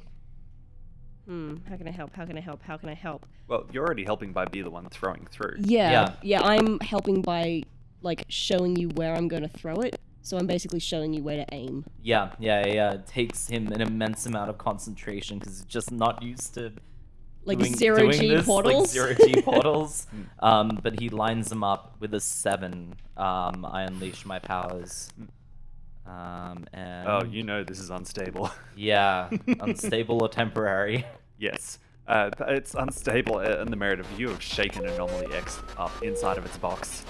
S6: Hmm. How can I help? How can I help? How can I help?
S2: Well, you're already helping by be the one throwing through.
S6: Yeah. Yeah.
S4: Yeah.
S6: I'm helping by like showing you where I'm gonna throw it. So I'm basically showing you where to aim.
S4: yeah, yeah, yeah. It takes him an immense amount of concentration because he's just not used to
S6: Like
S4: doing,
S6: zero
S4: doing
S6: G
S4: this,
S6: portals.
S4: Like zero G portals. um, but he lines them up with a seven. Um, I unleash my powers. Um, and
S2: Oh, you know this is unstable.
S4: yeah, unstable or temporary.
S2: yes. Uh, but it's unstable uh, in the merit of you have shaken anomaly X up inside of its box.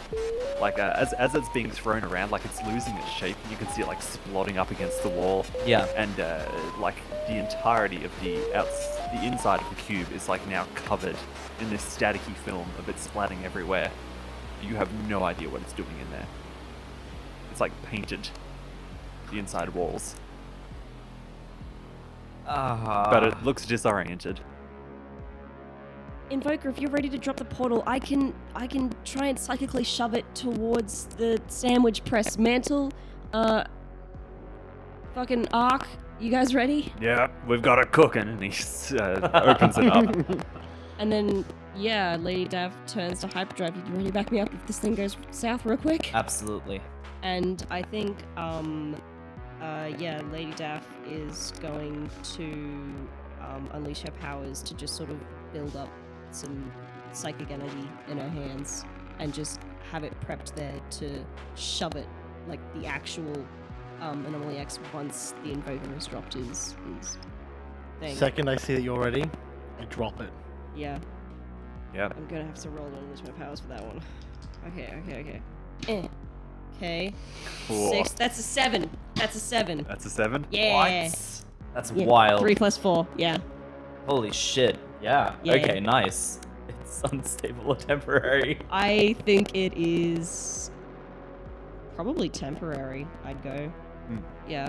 S2: Like uh, as as it's being thrown around, like it's losing its shape. You can see it like splotting up against the wall.
S4: Yeah.
S2: And uh, like the entirety of the outs- the inside of the cube is like now covered in this staticky film of it splatting everywhere. You have no idea what it's doing in there. It's like painted the inside walls,
S4: Ah.
S2: but it looks disoriented.
S6: Invoker, if you're ready to drop the portal, I can I can try and psychically shove it towards the sandwich press mantle. Uh fucking arc. You guys ready?
S2: Yeah, we've got it cooking, and he s- uh, opens it up.
S6: And then yeah, Lady Dav turns to hyperdrive. You ready to back me up if this thing goes south real quick?
S4: Absolutely.
S6: And I think, um, uh, yeah, Lady Daff is going to um, unleash her powers to just sort of build up some psychic energy in her hands and just have it prepped there to shove it, like the actual um, Anomaly X, once the Invoker has dropped his, his thing.
S3: Second, I see that you're ready. I drop it.
S6: yeah.
S2: Yeah.
S6: I'm gonna have to roll and unleash my powers for that one. Okay, okay, okay. Eh. Okay.
S2: Cool.
S6: Six. That's a seven. That's a seven.
S2: That's a seven.
S6: Yeah.
S4: What? That's
S6: Eh. Yeah,
S4: wild.
S6: Three plus four. Yeah.
S4: Holy shit. Yeah.
S6: Yeah.
S4: Okay, nice. It's unstable or temporary.
S6: I think it is probably temporary. I'd go.
S2: Hmm.
S6: Yeah.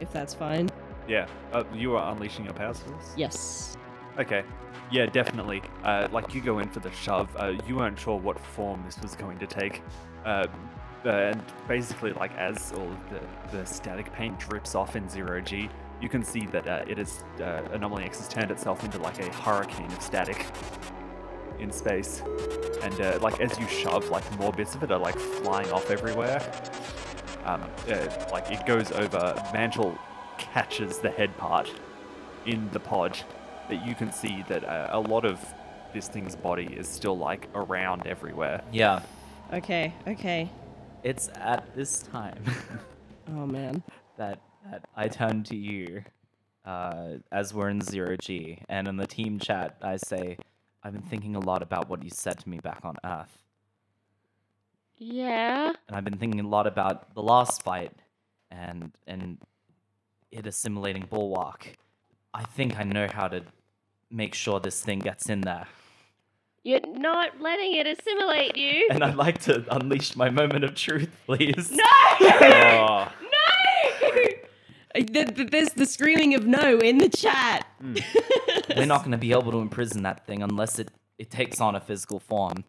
S6: If that's fine.
S2: Yeah. Uh, you are unleashing your powers for this?
S6: Yes.
S2: Okay. Yeah, definitely. Uh, like you go in for the shove. Uh, you weren't sure what form this was going to take, uh, and basically, like as all of the, the static paint drips off in zero g, you can see that uh, it is uh, anomaly X has turned itself into like a hurricane of static in space, and uh, like as you shove, like more bits of it are like flying off everywhere. Um, uh, like it goes over. Mantle catches the head part in the pod that you can see that uh, a lot of this thing's body is still like around everywhere.
S4: Yeah.
S6: Okay. Okay.
S4: It's at this time
S6: Oh man.
S4: that that I turn to you, uh, as we're in zero G, and in the team chat I say, I've been thinking a lot about what you said to me back on Earth.
S5: Yeah.
S4: and I've been thinking a lot about the last fight and and it assimilating Bulwark. I think I know how to make sure this thing gets in there.
S5: You're not letting it assimilate you.
S4: And I'd like to unleash my moment of truth, please.
S6: No!
S2: Oh,
S6: There's the screaming of no in the chat.
S4: We're not gonna be able to imprison that thing unless it, it takes on a physical form.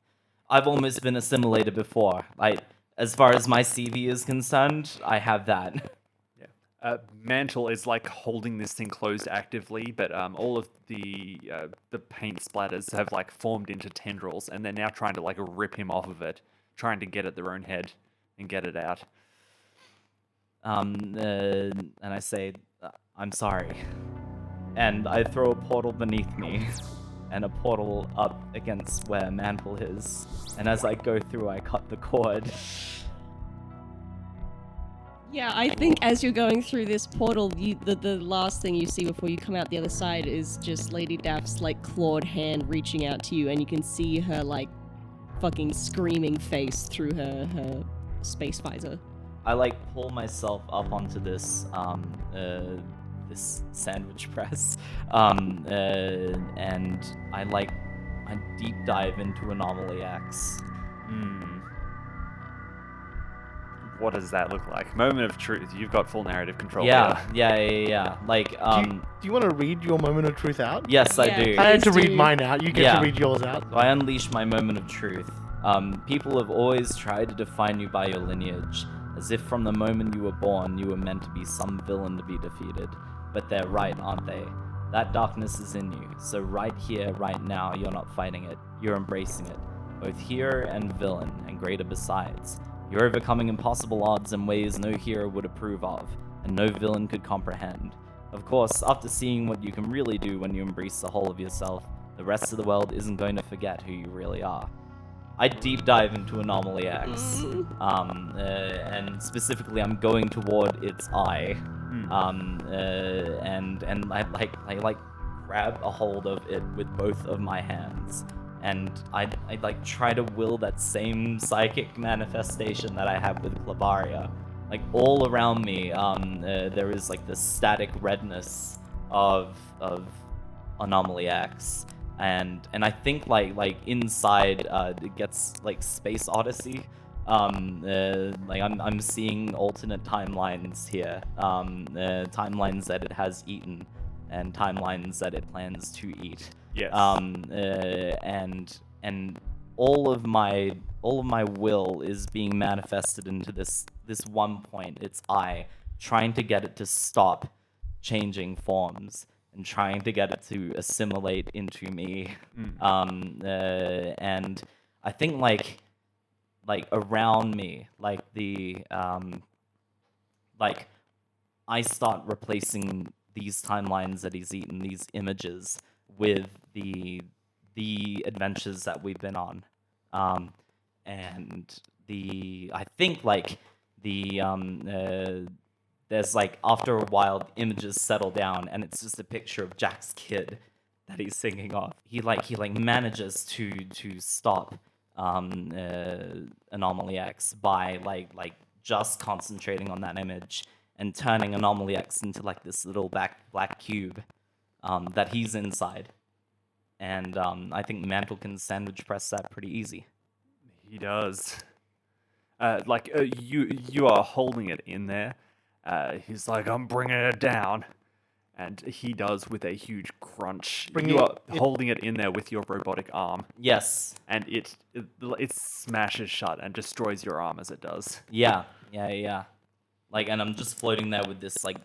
S4: I've almost been assimilated before. I as far as my CV is concerned, I have that.
S2: yeah. Uh, Mantle is like holding this thing closed actively, but um, all of the uh, the paint splatters have like formed into tendrils, and they're now trying to like rip him off of it, trying to get at their own head and get it out.
S4: um, uh, and I say, "Uh, "I'm sorry," and I throw a portal beneath me, and a portal up against where Mantle is, and as I go through, I cut the cord.
S6: Yeah, I think as you're going through this portal, you, the, the last thing you see before you come out the other side is just Lady Daff's like clawed hand reaching out to you, and you can see her like fucking screaming face through her her space visor.
S4: I like pull myself up onto this um, uh, this sandwich press, um, uh, and I like I deep dive into Anomaly X.
S2: Hmm. What does that look like? Moment of truth. You've got full narrative control.
S4: Yeah,
S2: here.
S4: yeah, yeah, yeah, yeah. Like,
S3: do you,
S4: um,
S3: do you want to read your moment of truth out?
S4: yes, I
S6: Yeah.
S4: do.
S3: I had to
S6: Please
S3: read
S6: do.
S3: mine out. You get
S4: Yeah.
S3: to read yours out.
S4: So I unleash my moment of truth. Um, people have always tried to define you by your lineage, as if from the moment you were born you were meant to be some villain to be defeated. But they're right, aren't they? That darkness is in you, so right here, right now, you're not fighting it, you're embracing it, both hero and villain, and greater besides. You're overcoming impossible odds in ways no hero would approve of, and no villain could comprehend. Of course, after seeing what you can really do when you embrace the whole of yourself, the rest of the world isn't going to forget who you really are. I deep dive into Anomaly X, um, uh, and specifically, I'm going toward its eye, um, uh, and and I like I like grab a hold of it with both of my hands, and I I like try to will that same psychic manifestation that I have with Clavaria. Like all around me, um, uh, there is like the static redness of of anomaly x and and i think like like inside uh it gets like space odyssey um uh, like i'm i'm seeing alternate timelines here um uh, timelines that it has eaten and timelines that it plans to eat
S2: Yes.
S4: um uh, and and all of my all of my will is being manifested into this this one point it's i trying to get it to stop changing forms and trying to get it to assimilate into me um uh, and i think like like around me like the um like I start replacing these timelines that he's eaten, these images, with the the adventures that we've been on, um, and the I think like the um, uh, there's like after a while the images settle down and it's just a picture of Jack's kid that he's singing off. He like he like manages to to stop um, uh, Anomaly X by like like just concentrating on that image and turning Anomaly X into like this little back black cube um, that he's inside. And um, I think Mantle can sandwich press that pretty easy.
S2: He does. Uh, like uh, you, you are holding it in there. Uh, he's like, I'm bringing it down, and he does with a huge crunch.
S3: Bringing
S2: you are
S3: it-
S2: holding it in there with your robotic arm,
S4: Yes.
S2: and it, it it smashes shut and destroys your arm as it does.
S4: Yeah. Yeah. Yeah. Like, and I'm just floating there with this like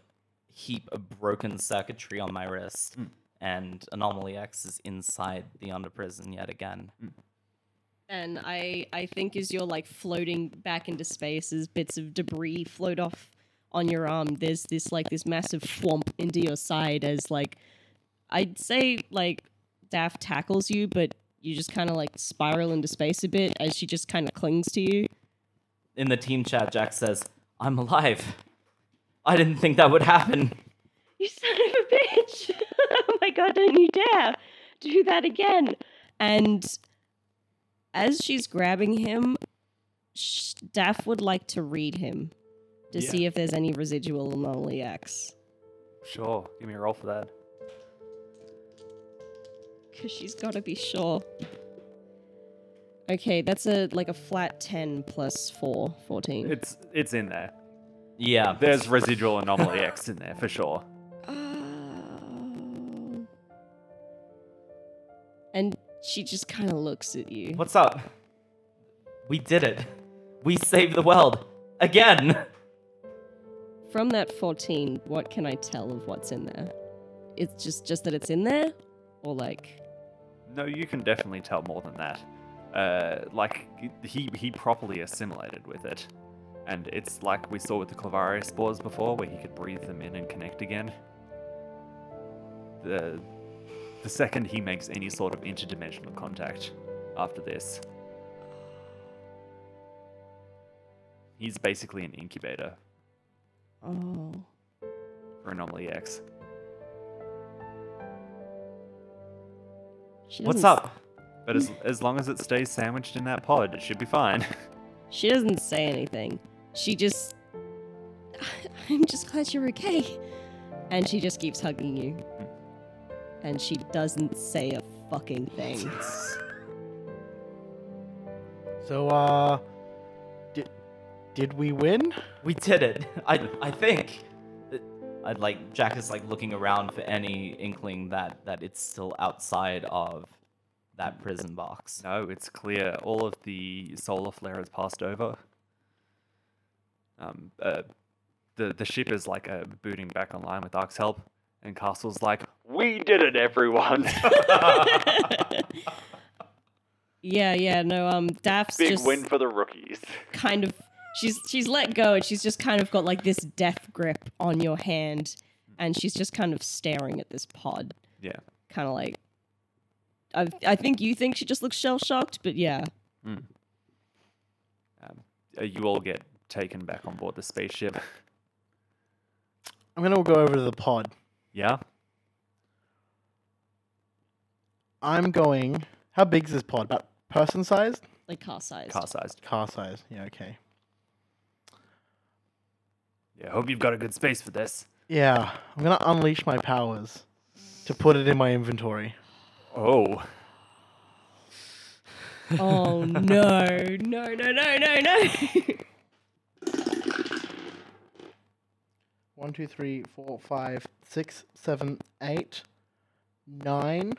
S4: heap of broken circuitry on my wrist. And Anomaly X is inside the under prison yet again.
S6: And I, I think as you're like floating back into space, as bits of debris float off on your arm, there's this like this massive thwomp into your side as like, I'd say like Daff tackles you, but you just kind of like spiral into space a bit as she just kind of clings to you.
S4: In the team chat, Jack says, I'm alive. I didn't think that would happen.
S5: You son of a bitch! oh my god, don't you dare do that again!
S6: And as she's grabbing him, sh- Daff would like to read him to
S2: Yeah.
S6: see if there's any residual anomaly X.
S2: Sure, give me a roll for that.
S6: Because she's got to be sure. Okay, that's a like a flat 10 plus 4, 14.
S2: It's it's in there.
S4: Yeah.
S2: There's residual anomaly X in there for sure.
S6: Oh. And she just kind of looks at you.
S4: What's up? We did it. We saved the world. Again.
S6: From that 14, what can I tell of what's in there? It's just just that it's in there? Or like
S2: No, you can definitely tell more than that. Uh, like he he properly assimilated with it, and it's like we saw with the clavaria spores before, where he could breathe them in and connect again. The the second he makes any sort of interdimensional contact, after this, he's basically an incubator
S6: Oh.
S2: for Anomaly X.
S6: She
S4: What's
S6: doesn't-
S4: up?
S2: But as as long as it stays sandwiched in that pod, it should be fine.
S6: She doesn't say anything. She just. I'm just glad you're okay. And she just keeps hugging you. And she doesn't say a fucking thing.
S3: So, uh, did did we win?
S4: We did it. I I think. I'd like Jack is like looking around for any inkling that that it's still outside of that prison box.
S2: No, it's clear. All of the solar flare has passed over. Um, uh, the the ship is like uh, booting back online with Ark's help, and Castle's like, "We did it, everyone!
S6: Yeah, yeah, no, um, Daft's
S2: Big
S6: just
S2: win for the rookies."
S6: kind of she's she's let go and she's just kind of got like this death grip on your hand and she's just kind of staring at this pod,
S2: Yeah.
S6: kind of like I I think you think she just looks shell shocked, but yeah.
S2: Um, uh, you all get taken back on board the spaceship.
S3: I'm gonna go over to the pod.
S2: Yeah.
S3: I'm going. How big's this pod? About person sized?
S6: Like car sized.
S2: Car sized.
S3: Car sized. Yeah. Okay.
S2: Yeah. Hope you've got a good space for this.
S3: Yeah. I'm gonna unleash my powers to put it in my inventory.
S2: Oh.
S6: Oh no, no, no, no, no, no.
S3: One, two, three, four, five, six, seven, eight, nine.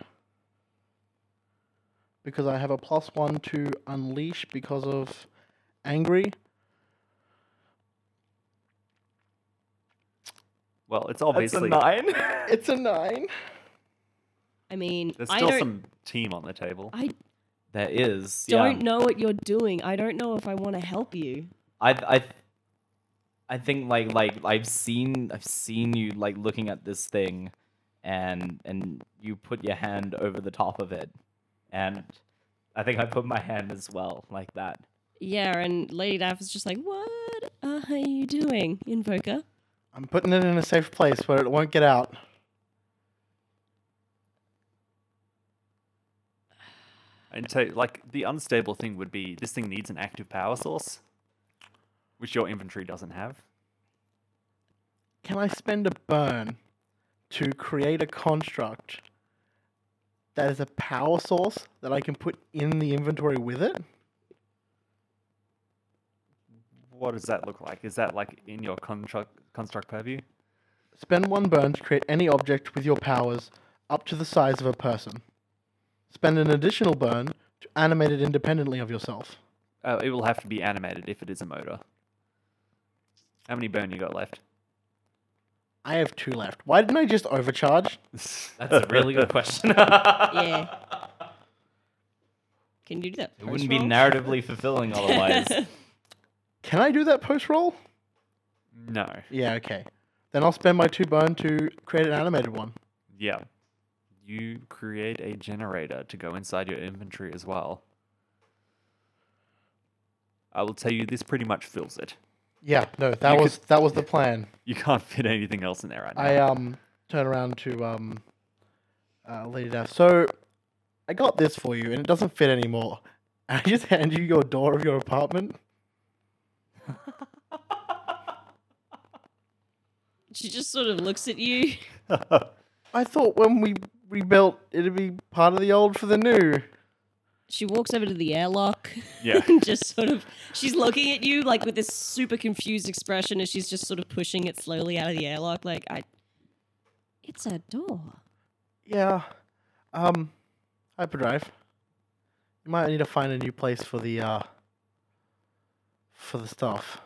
S3: Because I have a plus one to unleash because of angry.
S2: Well, it's obviously
S4: nine.
S3: It's a nine.
S6: I mean,
S2: there's
S6: I
S2: still
S6: don't
S2: some team on the table.
S6: I
S4: that is.
S6: don't
S4: yeah.
S6: know what you're doing. I don't know if I want to help you.
S4: I I I think like like I've seen I've seen you like looking at this thing and and you put your hand over the top of it and I think I put my hand as well like that.
S6: Yeah, and Lady Daff is just like, "What are you doing, Invoker?"
S3: I'm putting it in a safe place where it won't get out.
S2: And so, like, the unstable thing would be this thing needs an active power source, which your inventory doesn't have.
S3: Can I spend a burn to create a construct that is a power source that I can put in the inventory with it?
S2: What does that look like? Is that like in your construct construct purview?
S3: Spend one burn to create any object with your powers up to the size of a person. Spend an additional burn to animate it independently of yourself.
S2: Uh, it will have to be animated if it is a motor. How many burn you got left?
S3: I have two left. Why didn't I just overcharge?
S4: That's a really good question.
S6: Yeah. Can you do that?
S4: It wouldn't be narratively fulfilling otherwise.
S3: Can I do that post roll?
S2: No.
S3: Yeah, okay. Then I'll spend my two burn to create an animated one.
S2: Yeah. You create a generator to go inside your inventory as well. I will tell you this pretty much fills it.
S3: Yeah, no, that
S2: You
S3: was that was the plan.
S2: You can't fit anything else in there right now.
S3: I um turn around to um uh, Lady Daff. So I got this for you, and it doesn't fit anymore. I just hand you your door of your apartment.
S6: She just sort of looks at you.
S3: I thought when we rebuilt, it'd be part of the old for the new.
S6: She walks over to the airlock.
S2: Yeah.
S6: and just sort of, she's looking at you like with this super confused expression as she's just sort of pushing it slowly out of the airlock. Like, I. It's a door.
S3: Yeah. Um, hyperdrive. You might need to find a new place for the uh for the stuff.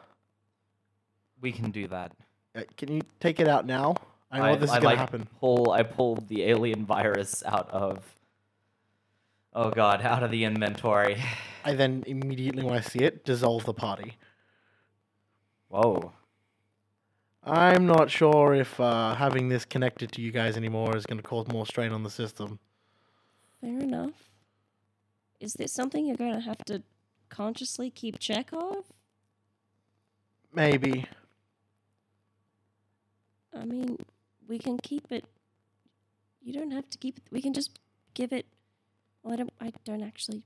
S4: we can do that.
S3: Uh, Can you take it out now? I know this is gonna
S4: like,
S3: happen.
S4: Pull I pulled the alien virus out of Oh god, out of the inventory.
S3: I then immediately, when I see it, dissolve the party.
S4: Whoa.
S3: I'm not sure if uh, having this connected to you guys anymore is going to cause more strain on the system.
S6: Fair enough. Is this something you're going to have to consciously keep check of?
S3: Maybe.
S6: I mean, we can keep it. You don't have to keep it. We can just give it. Well, I don't. I don't actually.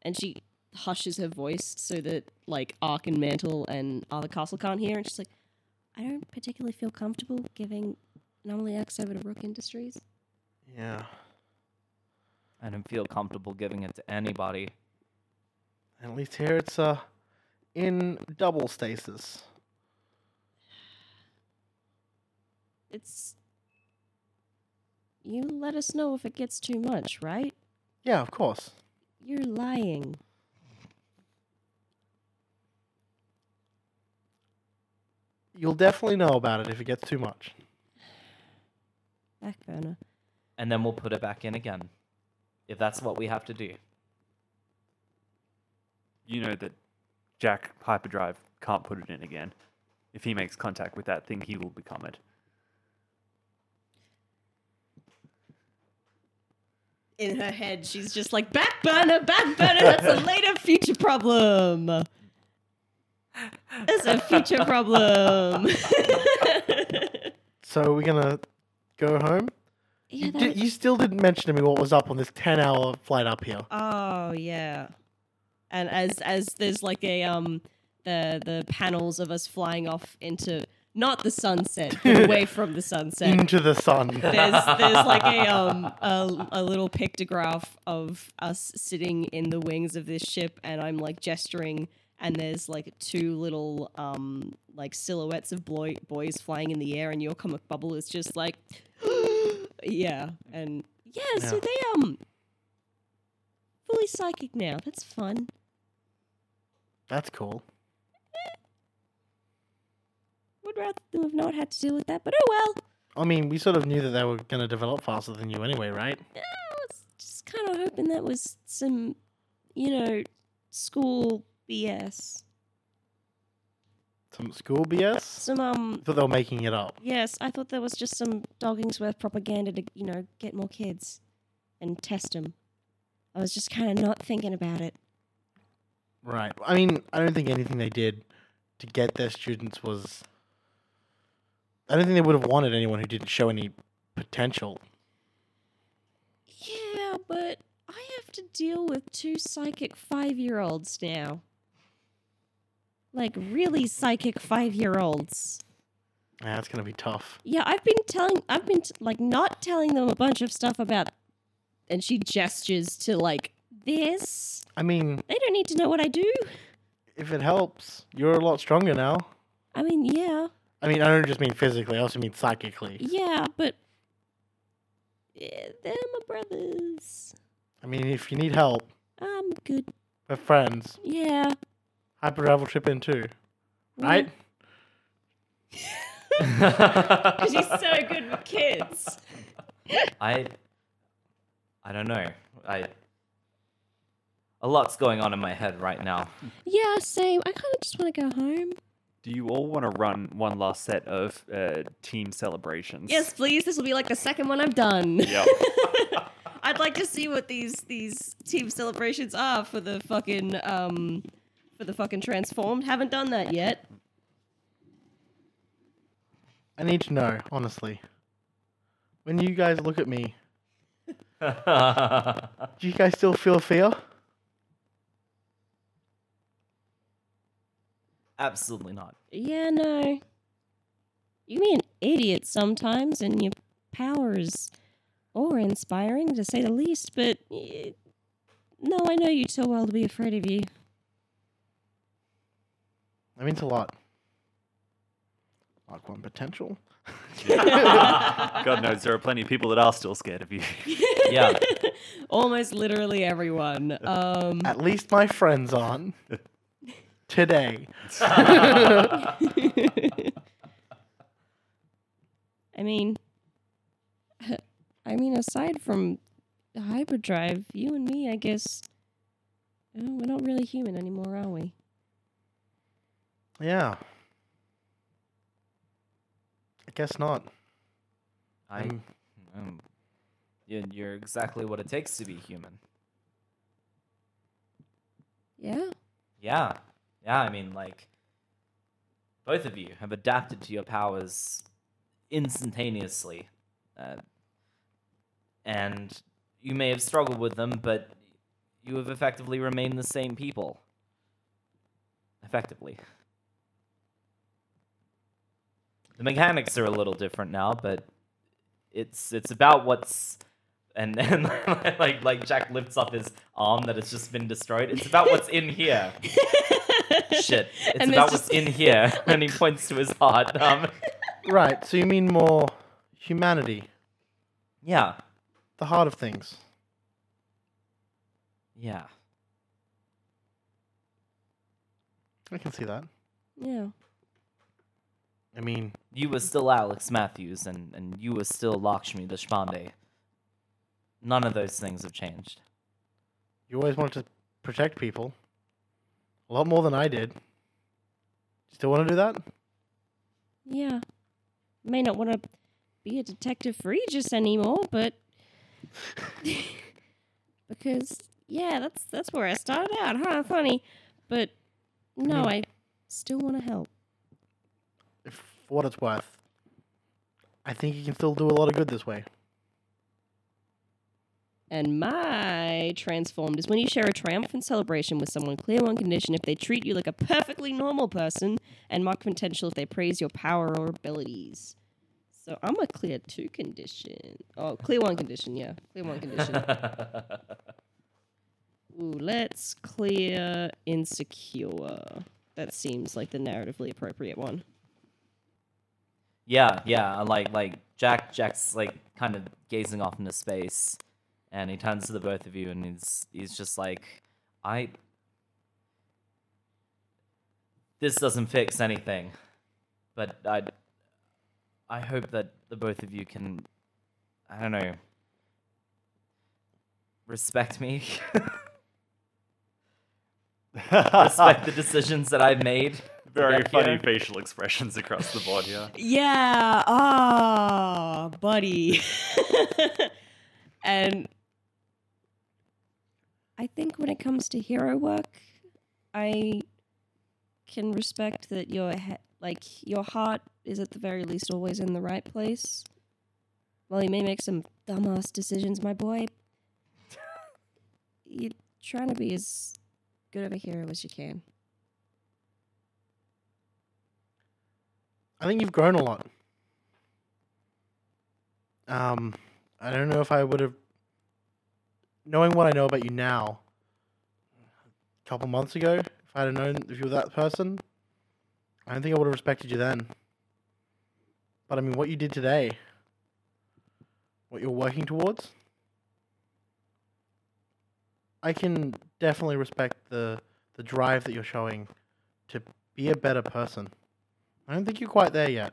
S6: And she hushes her voice so that like Ark and Mantle and Arthur Castle can't hear. And she's like, I don't particularly feel comfortable giving Anomaly X over to Rook Industries.
S3: Yeah.
S4: I don't feel comfortable giving it to anybody.
S3: At least here it's uh, in double stasis.
S6: It's. You let us know if it gets too much, right?
S3: Yeah, of course.
S6: You're lying.
S3: You'll definitely know about it if it gets too much.
S6: Back burner.
S4: and then we'll put it back in again, if that's what we have to do.
S2: You know that Jack Hyperdrive can't put it in again. If he makes contact with that thing, he will become it.
S6: In her head, she's just like, back burner, back burner, that's a later future problem. That's a future problem.
S3: So we're gonna go home.
S6: yeah,
S3: you,
S6: that
S3: di- you still didn't mention to me what was up on this ten-hour flight up here.
S6: Oh yeah. And as as there's like a um the the panels of us flying off into not the sunset, but away from the sunset.
S3: Into the sun.
S6: There's there's like a um a, a little pictograph of us sitting in the wings of this ship and I'm like gesturing and there's like two little um like silhouettes of boy, boys flying in the air and your comic bubble is just like yeah and yeah, so
S3: Yeah.
S6: they um fully psychic now that's fun
S3: That's cool.
S6: would rather them have not had to deal with that but oh well
S3: I mean, we sort of knew that they were gonna develop faster than you anyway, right?
S6: I was just kind of hoping that was some you know school BS
S3: Some school BS.
S6: some um
S3: Thought they were making it up.
S6: yes I thought there was just some Doggingsworth propaganda to you know get more kids and test them I was just kind of not thinking about it
S3: Right. I mean, I don't think anything they did to get their students was. I don't think they would have wanted anyone who didn't show any potential.
S6: Yeah, but I have to deal with two psychic five year olds now. Like, really psychic five year olds.
S3: Yeah, that's gonna be tough.
S6: Yeah, I've been telling, I've been, t- like, not telling them a bunch of stuff about. And she gestures to, like, this.
S3: I mean,
S6: They don't need to know what I do.
S3: if it helps, you're a lot stronger now.
S6: I mean, yeah,
S3: I mean, I don't just mean physically. I also mean psychically.
S6: yeah, but. Yeah, they're my brothers.
S3: I mean, if you need help,
S6: I'm good.
S3: we're friends.
S6: Yeah.
S3: Hyperdrive will trip in too, right?
S6: Because he's so good with kids.
S4: I I don't know. I a lot's going on in my head right now.
S6: Yeah, same. I kind of just want to go home.
S2: Do you all want to run one last set of uh, team celebrations?
S6: Yes, please. This will be like the second one I've done.
S2: Yep.
S6: I'd like to see what these these team celebrations are for the fucking um for the fucking transformed. Haven't done that yet.
S3: I need to know, honestly. When you guys look at me, do you guys still feel fear?
S4: Absolutely not.
S6: Yeah, no. You be an idiot sometimes, and your powers are inspiring to say the least. But eh, no, I know you too well to be afraid of you.
S3: That means a lot. Like one potential.
S2: God knows there are plenty of people that are still scared of you.
S4: Yeah.
S6: Almost literally everyone. Um.
S3: At least my friends aren't. Today.
S6: I mean, I mean, aside from the hyperdrive, you and me, I guess, oh, we're not really human anymore, are we?
S3: Yeah. I guess not.
S4: I
S3: Um,
S4: um, you- you're exactly what it takes to be human.
S6: Yeah.
S4: Yeah. Yeah, I mean like both of you have adapted to your powers instantaneously. Uh, and you may have struggled with them, but you have effectively remained the same people. Effectively. The mechanics are a little different now, but it's it's about what's and, and like like Jack lifts up his arm that has just been destroyed. It's about what's in here shit. It's
S6: And
S4: about
S6: there's
S4: what's
S6: just-
S4: in here. and he points to his heart. Um,
S3: Right, so you mean more humanity,
S4: yeah.
S3: the heart of things.
S4: Yeah.
S3: I can see that.
S6: Yeah.
S3: I mean,
S4: You were still Alex Matthews and, and you were still Lakshmi Deshpande. None of those things have changed.
S3: you always wanted to protect people. A lot more than I did. Still want to do that?
S6: Yeah. May not want to be a detective for Aegis anymore, but because yeah, that's that's where I started out, huh? Funny, but no, I still want to help.
S3: If, for what it's worth. I think you can still do a lot of good this way.
S6: And my transformed is when you share a triumphant celebration with someone clear on condition if they treat you like a perfectly normal person and mark potential if they praise your power or abilities. So I'm a clear two condition. Oh, clear one condition, yeah. Clear one condition. Ooh, let's clear insecure. That seems like the narratively appropriate one.
S4: Yeah, yeah. I Like like Jack Jack's like kind of gazing off into space and he turns to the both of you and he's he's just like I This doesn't fix anything. But I I hope that the both of you can I don't know respect me. respect the decisions that I've made. to
S2: Very
S4: get
S2: funny
S4: here.
S2: facial expressions across the board here.
S6: Yeah, ah, buddy. and I think when it comes to hero work, I can respect that your he- like your heart is at the very least always in the right place. While you may make some dumbass decisions, my boy, you're trying to be as good of a hero as you can.
S3: I think you've grown a lot. Um, I don't know if I would have, knowing what I know about you now, a couple months ago, if I'd have known if you were that person, I don't think I would have respected you then. But I mean, what you did today, what you're working towards, I can definitely respect the the drive that you're showing to be a better person. I don't think you're quite there yet.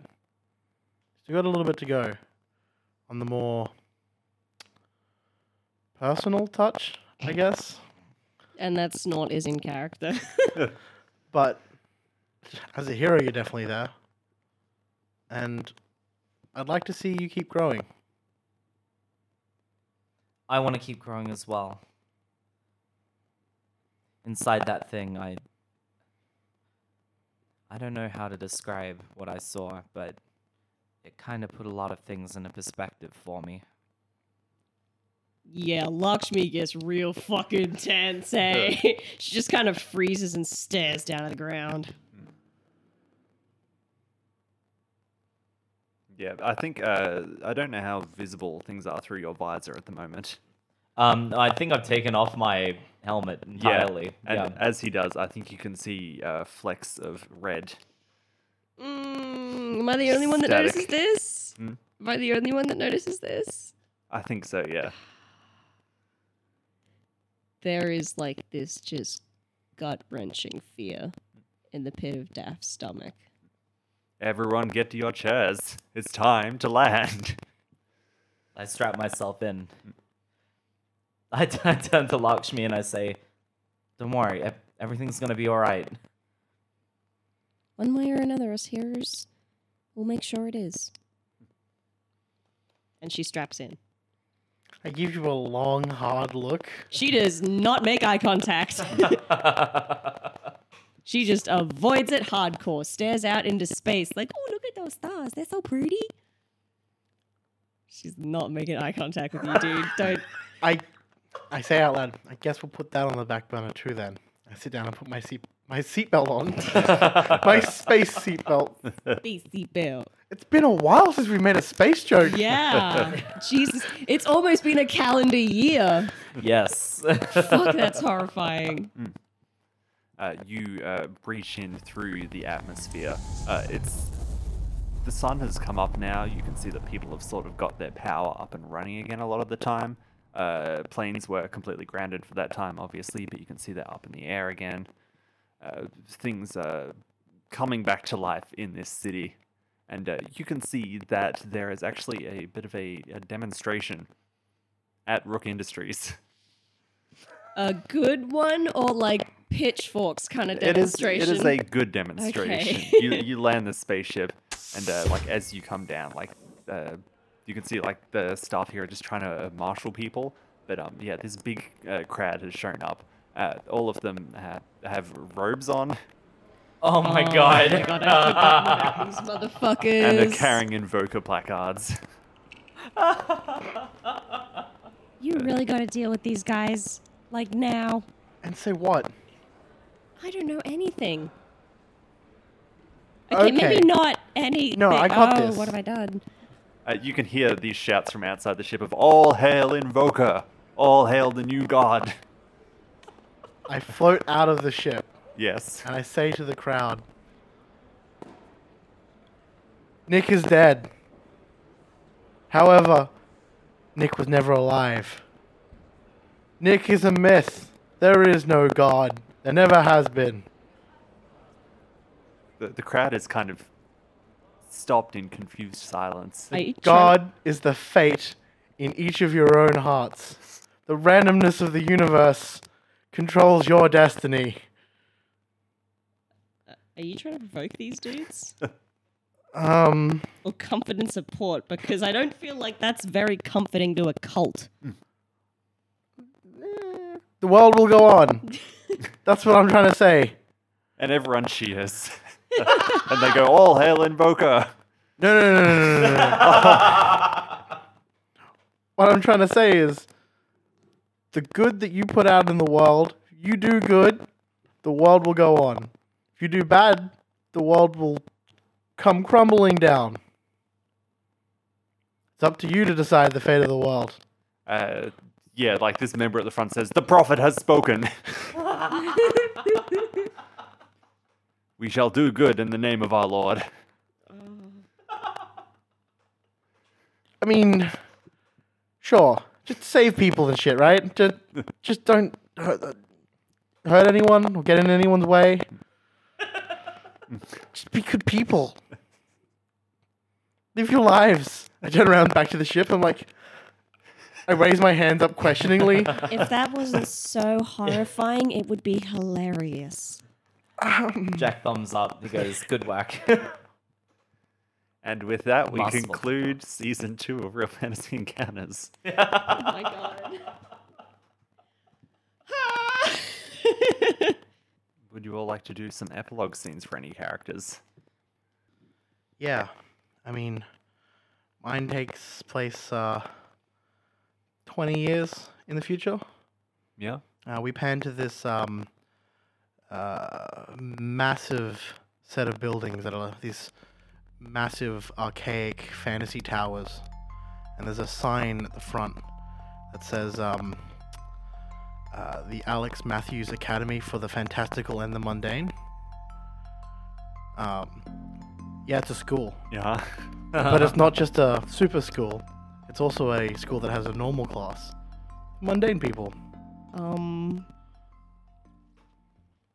S3: Still got a little bit to go on the more personal touch, I guess.
S6: And that snort is in character.
S3: But as a hero, you're definitely there. And I'd like to see you keep growing.
S4: I want to keep growing as well. Inside that thing, I. I don't know how to describe what I saw, but it kind of put a lot of things into perspective for me.
S6: Yeah, Lakshmi gets real fucking tense, eh? she just kind of freezes and stares down at the ground.
S2: Yeah, I think uh, I don't know how visible things are through your visor at the moment.
S4: Um, I think I've taken off my helmet entirely.
S2: and
S4: Yeah.
S2: as he does, I think you can see uh, flecks of red.
S6: Mm, am I the only one that
S2: Static.
S6: notices this?
S2: Hmm?
S6: Am I the only one that notices this?
S2: I think so. Yeah.
S6: There is like this just gut wrenching fear in the pit of Daft's stomach.
S2: Everyone, get to your chairs. It's time to land.
S4: I strap myself in. I t- I turn to Lakshmi and I say, Don't worry, ev- everything's going to be alright.
S6: One way or another, us hearers will make sure it is. And she straps in.
S3: I give you a long, hard look.
S6: She does not make eye contact. She just avoids it hardcore, stares out into space, like, oh, look at those stars. They're so pretty. She's not making eye contact with you, dude. Don't.
S3: I, I say out loud. I guess we'll put that on the back burner too. Then I sit down and put my seat my seatbelt on, my space seatbelt.
S6: Spacey Bill.
S3: It's been a while since we made a space joke.
S6: Yeah. Jesus. It's almost been a calendar year.
S4: yes.
S6: Fuck, that's horrifying.
S2: Uh, you uh, breach in through the atmosphere. Uh, it's the sun has come up now. You can see that people have sort of got their power up and running again a lot of the time. Uh, planes were completely grounded for that time, obviously, but you can see they're up in the air again. Uh, things are coming back to life in this city. And uh, you can see that there is actually a bit of a, a demonstration at Rook Industries.
S6: A good one or like pitchforks kind of
S2: It is
S6: demonstration?
S2: it is a good demonstration. you you land the spaceship, and uh, like as you come down, like uh, you can see like the staff here are just trying to uh, marshal people. But um, yeah, this big uh, crowd has shown up. Uh, all of them uh, have robes on,
S4: Oh my god.
S6: These motherfuckers.
S2: and they're carrying invoker placards.
S7: You really got to deal with these guys, like now.
S3: And say what?
S6: I don't know anything. Okay,
S3: Okay.
S6: maybe not any.
S3: No, I caught
S6: oh,
S3: this.
S6: What have I done?
S2: Uh, you can hear these shouts from outside the ship of "All hail Invoker! All hail the new god!"
S3: I float out of the ship
S2: Yes.
S3: and I say to the crowd, Nick is dead. However, Nick was never alive. Nick is a myth. There is no God. There never has been.
S2: The, the crowd is kind of stopped in confused silence.
S6: I tried-
S3: God is the fate in each of your own hearts. The randomness of the universe controls your destiny.
S6: Are you trying to provoke these dudes
S3: Um,
S6: or comfort and support? Because I don't feel like that's very comforting to a cult.
S3: the world will go on. That's what I'm trying to say.
S2: and everyone cheers. and they go, All hail Invoker!
S3: No, no, no, no, no, no, no. what I'm trying to say is the good that you put out in the world, you do good, the world will go on. If you do bad, the world will come crumbling down. It's up to you to decide the fate of the world.
S2: Uh, yeah, like this member at the front says, The prophet has spoken. we shall do good in the name of our Lord.
S3: I mean, sure, just save people and shit, right? Just, just don't hurt, hurt anyone or get in anyone's way. just be good people. Live your lives. I turn around back to the ship. I'm like, I raise my hands up questioningly.
S7: If that wasn't so horrifying, it would be hilarious.
S4: Jack thumbs up. He goes, good work.
S2: And with that, we
S4: Impossible.
S2: conclude season two of Real Fantasy Encounters.
S6: Oh my god.
S2: Would you all like to do some epilogue scenes for any characters?
S3: Yeah, I mean, mine takes place uh, 20 years in the future.
S2: Yeah.
S3: Uh, we pan to this um, uh, massive set of buildings that are these massive archaic fantasy towers, and there's a sign at the front that says um, uh, the Alex Matthews Academy for the Fantastical and the Mundane. Um, yeah, it's a school,
S2: Yeah.
S3: but it's not just a super school. It's also a school that has a normal class, mundane people.
S6: Um,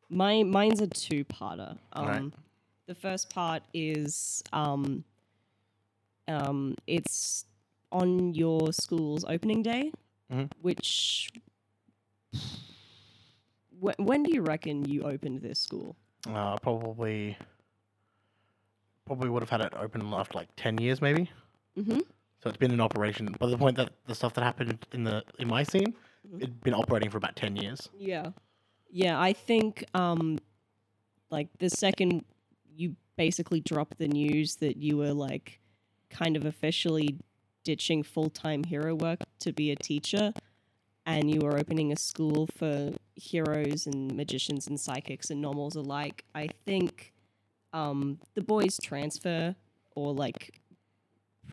S6: my mine's a two-parter. Um,
S3: Alright.
S6: the first part is um, um, it's on your school's opening day,
S3: Mhm.
S6: which. When, when do you reckon you opened this school?
S3: Uh, probably, probably would have had it open after like ten years, maybe.
S6: Mm-hmm.
S3: So it's been in operation by the point that the stuff that happened in the in my scene,
S6: Mhm.
S3: it'd been operating for about ten years.
S6: Yeah. Yeah, I think um like the second you basically dropped the news that you were like kind of officially ditching full-time hero work to be a teacher and you were opening a school for heroes and magicians and psychics and normals alike. I think um the boys transfer or like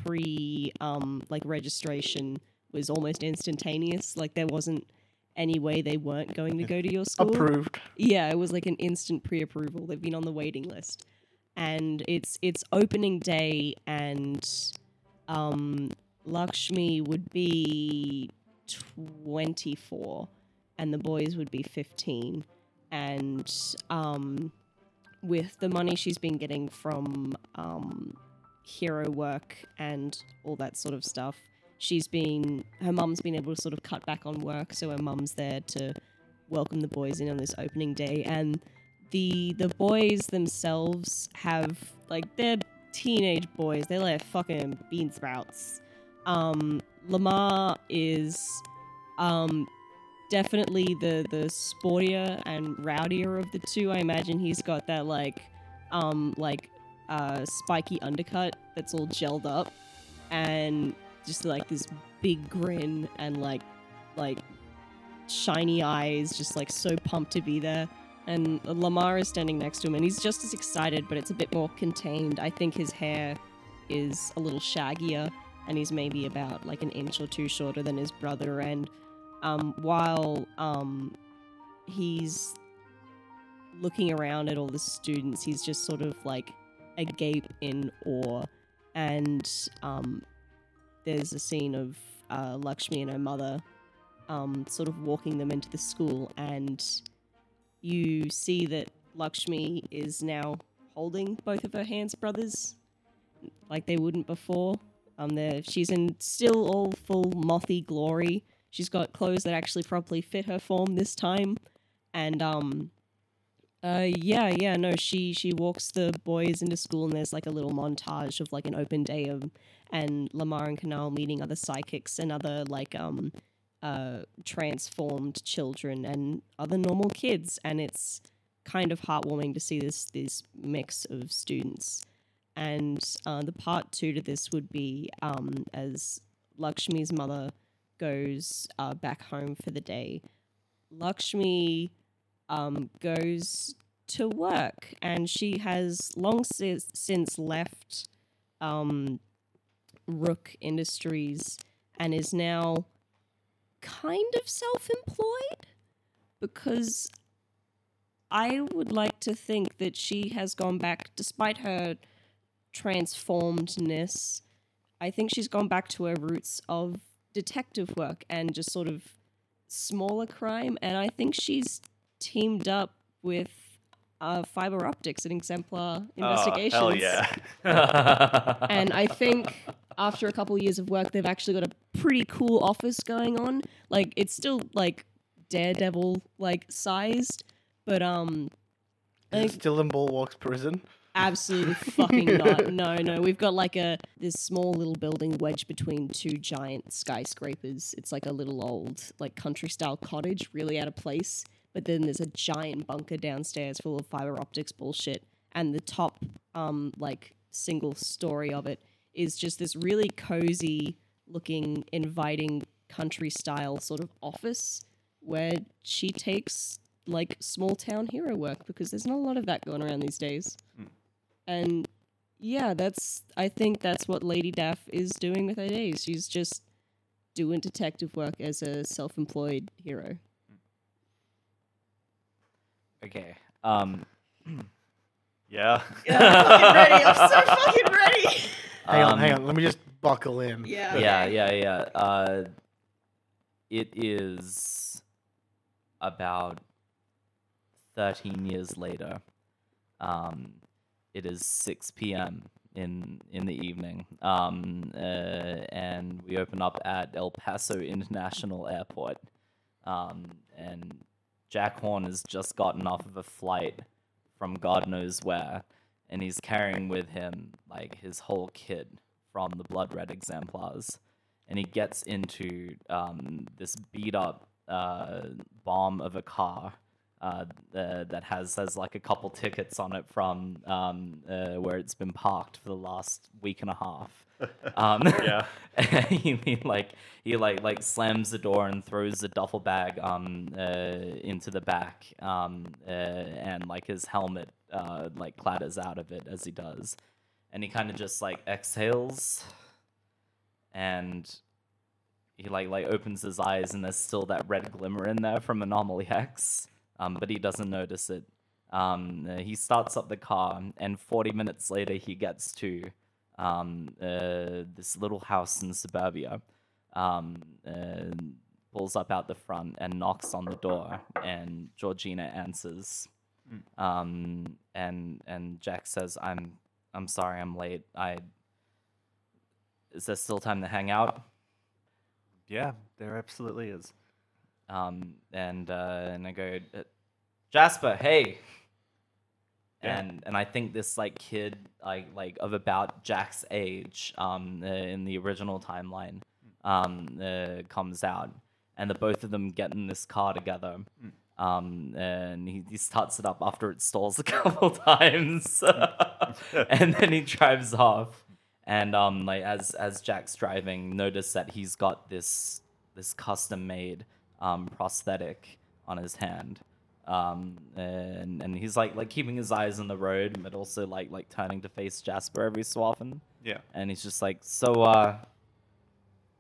S6: pre um like registration was almost instantaneous. Like there wasn't any way they weren't going to go to your school.
S3: Approved.
S6: Yeah, it was like an instant pre-approval. They've been on the waiting list, and it's it's opening day, and um, Lakshmi would be 24 and the boys would be 15 and um, with the money she's been getting from um, hero work and all that sort of stuff she's been her mum's been able to sort of cut back on work so her mum's there to welcome the boys in on this opening day and the the boys themselves have like they're teenage boys they're like fucking bean sprouts um lamar is um definitely the the sportier and rowdier of the two i imagine he's got that like um like uh spiky undercut that's all gelled up and just like this big grin and like like shiny eyes just like so pumped to be there and Lamar is standing next to him, and he's just as excited, but it's a bit more contained. I think his hair is a little shaggier, and he's maybe about like an inch or two shorter than his brother. And um, while um, he's looking around at all the students, he's just sort of like agape in awe. And um, there's a scene of uh, Lakshmi and her mother um, sort of walking them into the school, and you see that Lakshmi is now holding both of her hands, brothers, like they wouldn't before. Um, they're- she's in still all full mothy glory. She's got clothes that actually properly fit her form this time, and um, uh, yeah, yeah, no, she she walks the boys into school, and there's like a little montage of like an open day of, and Lamar and Canal meeting other psychics and other like um, uh, transformed children and other normal kids, and it's kind of heartwarming to see this this mix of students. And uh, the part two to this would be um, as Lakshmi's mother goes uh, back home for the day. Lakshmi um, goes to work, and she has long since since left um, Rook Industries and is now kind of self employed because I would like to think that she has gone back, despite her transformedness, I think she's gone back to her roots of detective work and just sort of smaller crime. And I think she's teamed up with uh, Fiber Optics and Exemplar Investigations.
S2: Oh, hell yeah.
S6: and I think after a couple years of work, they've actually got a pretty cool office going on. Like it's still like Daredevil like sized, but um,
S3: Is it
S6: like-
S3: still in Bulwark's prison.
S6: absolutely fucking not. No, no, we've got like a this small little building wedged between two giant skyscrapers. It's like a little old like country style cottage, really out of place. But then there's a giant bunker downstairs full of fiber optics bullshit, and the top um like single story of it is just this really cozy looking, inviting country style sort of office where she takes like small town hero work because there's not a lot of that going around these days.
S2: Mm.
S6: And yeah, that's I think that's what Lady Daff is doing with her days. She's just doing detective work as a self-employed hero.
S4: Okay. Um,
S2: yeah.
S6: ready.
S3: Hang on,
S4: um,
S3: hang on. Let me just buckle in.
S6: yeah.
S4: Yeah, yeah, yeah. Uh, it is about 13 years later. Um, it is 6 p.m. in in the evening, um, uh, and we open up at El Paso International Airport. Um, and Jack Horn has just gotten off of a flight from God knows where, and he's carrying with him like his whole kit from the Blood Red exemplars. And he gets into um, this beat up uh, bomb of a car uh, uh, that has has like a couple tickets on it from um, uh, where it's been parked for the last week and a half. Um,
S2: Yeah.
S4: he, he like he like like slams the door and throws the duffel bag um uh, into the back um uh, and like his helmet uh like clatters out of it as he does, and he kind of just like exhales, and he like like opens his eyes and there's still that red glimmer in there from anomaly hex, um but he doesn't notice it. Um, uh, he starts up the car, and 40 minutes later he gets to um, uh, this little house in suburbia um, uh, pulls up out the front and knocks on the door, and Georgina answers. Um, and and Jack says, "I'm I'm sorry, I'm late. I is there still time to hang out?"
S2: Yeah, there absolutely is.
S4: Um, and uh, and I go, "Uh, Jasper, hey.
S2: Yeah.
S4: And and I think this like kid like like of about Jack's age um uh, in the original timeline um uh, comes out and the both of them get in this car together um and he, he starts it up after it stalls a couple times and then he drives off and um like as as Jack's driving notice that he's got this this custom made um prosthetic on his hand um and and he's like like keeping his eyes on the road but also like like turning to face Jasper every so often
S2: Yeah.
S4: and he's just like so uh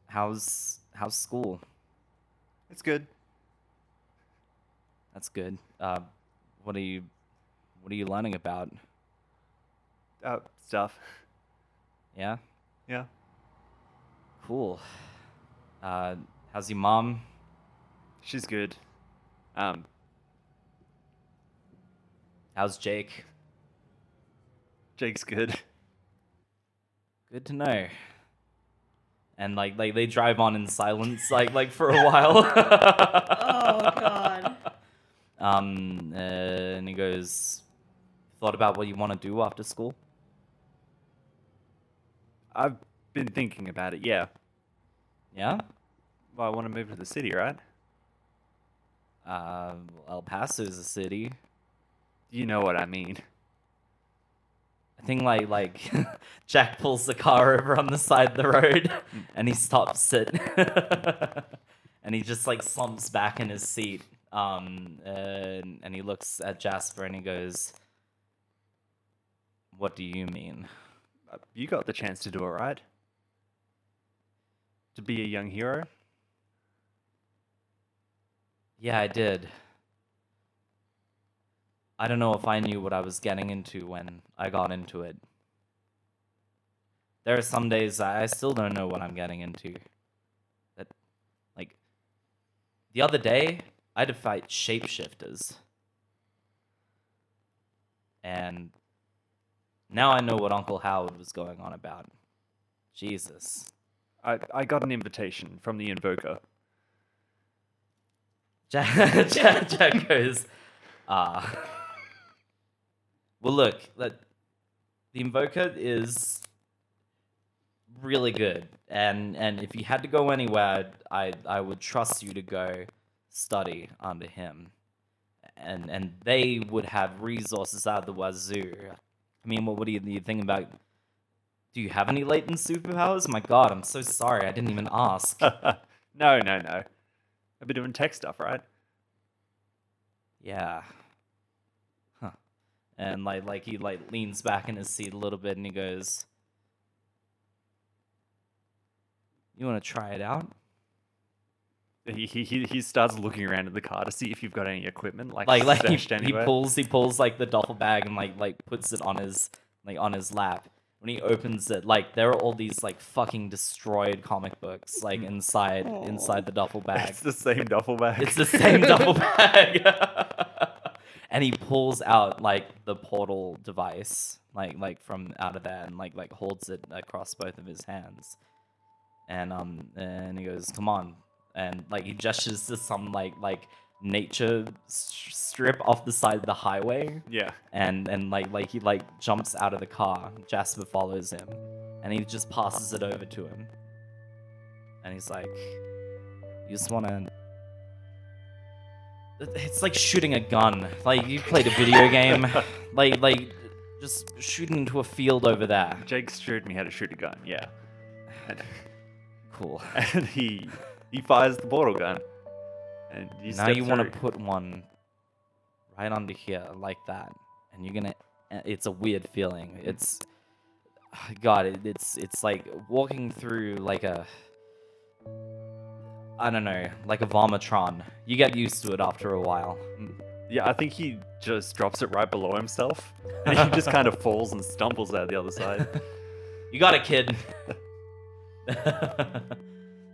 S4: how's how's school
S2: It's good.
S4: that's good uh what are you what are you learning about
S2: Uh, stuff.
S4: yeah
S2: Yeah.
S4: cool uh how's your mom
S2: She's good. Um,
S4: how's Jake
S2: Jake's good.
S4: Good to know. And like like they drive on in silence like like for a while. oh god. Um uh, and he goes thought about what you want to do after school?
S2: I've been thinking about it. Yeah.
S4: Yeah?
S2: Well, I want to move to the city, right?
S4: Uh El Paso's a city.
S2: You know what I mean.
S4: I think like like Jack pulls the car over on the side of the road and he stops it. and he just like slumps back in his seat. Um and, and he looks at Jasper and he goes What do you mean?
S2: Uh, You got the chance to do it, right? To be a young hero.
S4: Yeah, I did. I don't know if I knew what I was getting into when I got into it. There are some days I I still don't know what I'm getting into. That, like, the other day, I had to fight shapeshifters. And now I know what Uncle Howard was going on about. Jesus.
S2: I, I got an invitation from the invoker.
S4: Jack, Jack, Jack goes, ah. Well, look, that the Invoker is really good, and and if you had to go anywhere, I I would trust you to go study under him, and and they would have resources out of the wazoo. I mean, what what do you, do you think about? Do you have any latent superpowers? My God, I'm so sorry, I didn't even ask.
S2: no, no, no. I've been doing tech stuff, right?
S4: Yeah. Huh. And like like he like leans back in his seat a little bit and he goes You wanna try it out?
S2: He, he, he, he starts looking around at the car to see if you've got any equipment, like,
S4: Like like he,
S2: stashed
S4: he
S2: anywhere.
S4: pulls he pulls like the duffel bag and like like puts it on his like on his lap. When he opens it, like there are all these like fucking destroyed comic books
S2: Hmm.
S4: like inside inside the duffel bag.
S2: It's the same duffel bag.
S4: It's the same double bag. and he pulls out like the portal device, like like from out of there, and like like holds it across both of his hands. And um and he goes, "Come on!" And like he gestures to some like like nature s- strip off the side of the highway
S2: yeah.
S4: and and like like he like jumps out of the car. Jasper follows him, and he just passes it over to him. And he's like, "You just want to." It's like shooting a gun. Like you played a video game. like like just shooting into a field over there.
S2: Jake showed me how to shoot a gun. Yeah. And,
S4: Cool.
S2: and he he fires the portal gun. And you
S4: now
S2: step
S4: you want to
S2: through.
S4: put one right under here like that and you're gonna uh, it's a weird feeling it's god it, it's it's like walking through like a i don't know like a vomitron you get used to it after a while
S2: Yeah, I think he just drops it right below himself. And he just kind of falls and stumbles out the other side.
S4: you got it kid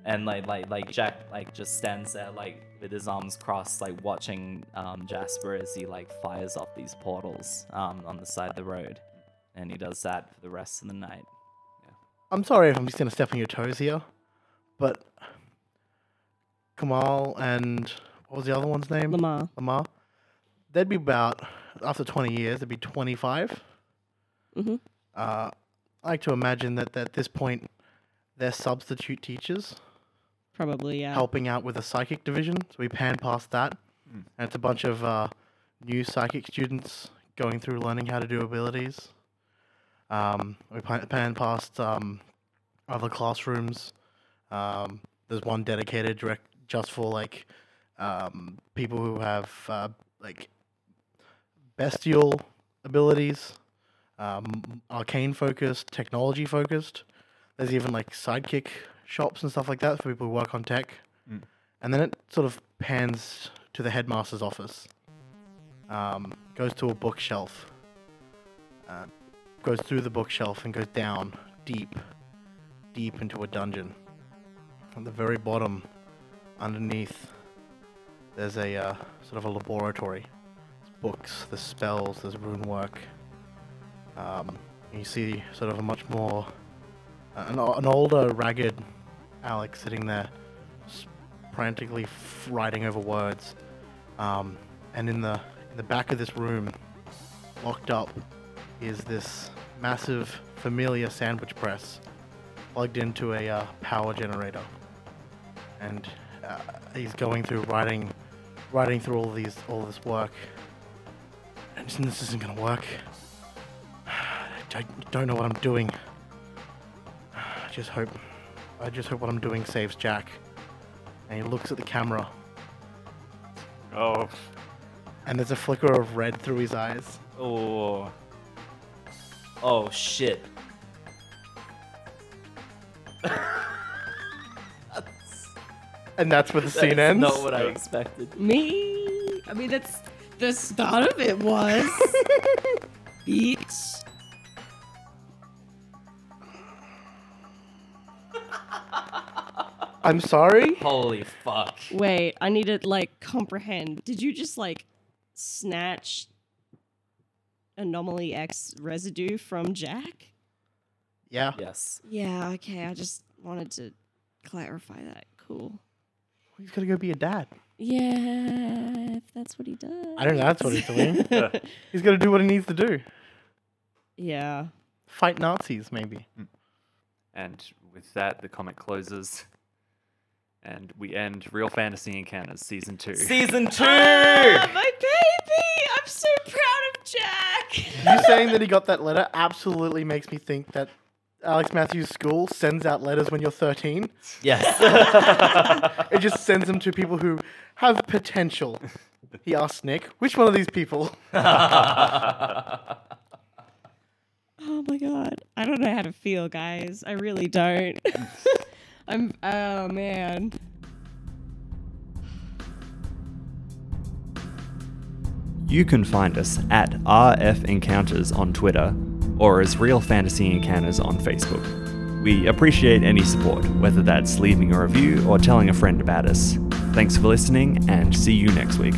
S4: and like like like Jack like just stands there like with his arms crossed, like watching um, Jasper as he like fires off these portals um, on the side of the road, and he does that for the rest of the night.
S3: I'm sorry if I'm just gonna step on your toes here, but Kamal and what was the other one's name?
S6: Lamar.
S3: Lamar. They'd be about after 20 years. They'd be 25.
S6: Mhm.
S3: Uh, I like to imagine that, that at this point, they're substitute teachers
S6: Probably, yeah.
S3: helping out with the psychic division. So we pan past that,
S2: Hmm.
S3: and it's a bunch of uh, new psychic students going through learning how to do abilities. Um, we pan, pan past um, other classrooms. Um, there's one dedicated direct just for like um, people who have uh, like bestial abilities, um, arcane focused, technology focused. There's even like sidekick shops and stuff like that for people who work on tech.
S2: Mm.
S3: And then it sort of pans to the headmaster's office. Um, goes to a bookshelf. Uh, goes through the bookshelf and goes down deep, deep into a dungeon. At the very bottom, underneath, there's a uh, sort of a laboratory. There's books, there's spells, there's rune work. Um, you see sort of a much more uh, an, an older, ragged Alex sitting there, s- frantically f- writing over words. Um, and in the in the back of this room, locked up, is this massive familiar sandwich press, plugged into a uh, power generator. And uh, he's going through writing, writing through all these all this work. And this isn't gonna work. I don't- don't know what I'm doing. I just hope I just hope what I'm doing saves Jack. And he looks at the camera
S2: Oh,
S3: and there's a flicker of red through his eyes.
S4: Oh. Oh shit. that's
S3: And that's where the
S4: that's
S3: scene ends.
S4: not what I expected.
S6: Me? I mean, that's the start of it was. Bitch.
S3: I'm sorry?
S4: Holy fuck.
S6: Wait, I need to like comprehend. Did you just like snatch anomaly X residue from Jack?
S3: Yeah.
S4: Yes.
S6: Yeah, okay. I just wanted to clarify that. Cool.
S3: He's gonna go be a dad.
S6: Yeah, if that's what he does.
S3: I don't know that's what he's doing.
S2: Yeah.
S3: he's gonna do what he needs to do.
S6: yeah.
S3: Fight Nazis, maybe.
S2: and with that, the comic closes, and we end Real Fantasy Encounters season two.
S4: Season two.
S6: Ah, my baby! I'm so proud of Jack!
S3: You saying that he got that letter absolutely makes me think that Alex Matthews School sends out letters when you're 13.
S4: yes.
S3: It just sends them to people who have potential. He asks Nick, which one of these people?
S6: Oh my god. I don't know how to feel, guys. I really don't. I'm oh man.
S2: You can find us at RF Encounters on Twitter or as Real Fantasy Encounters on Facebook. We appreciate any support, whether that's leaving a review or telling a friend about us. Thanks for listening and see you next week.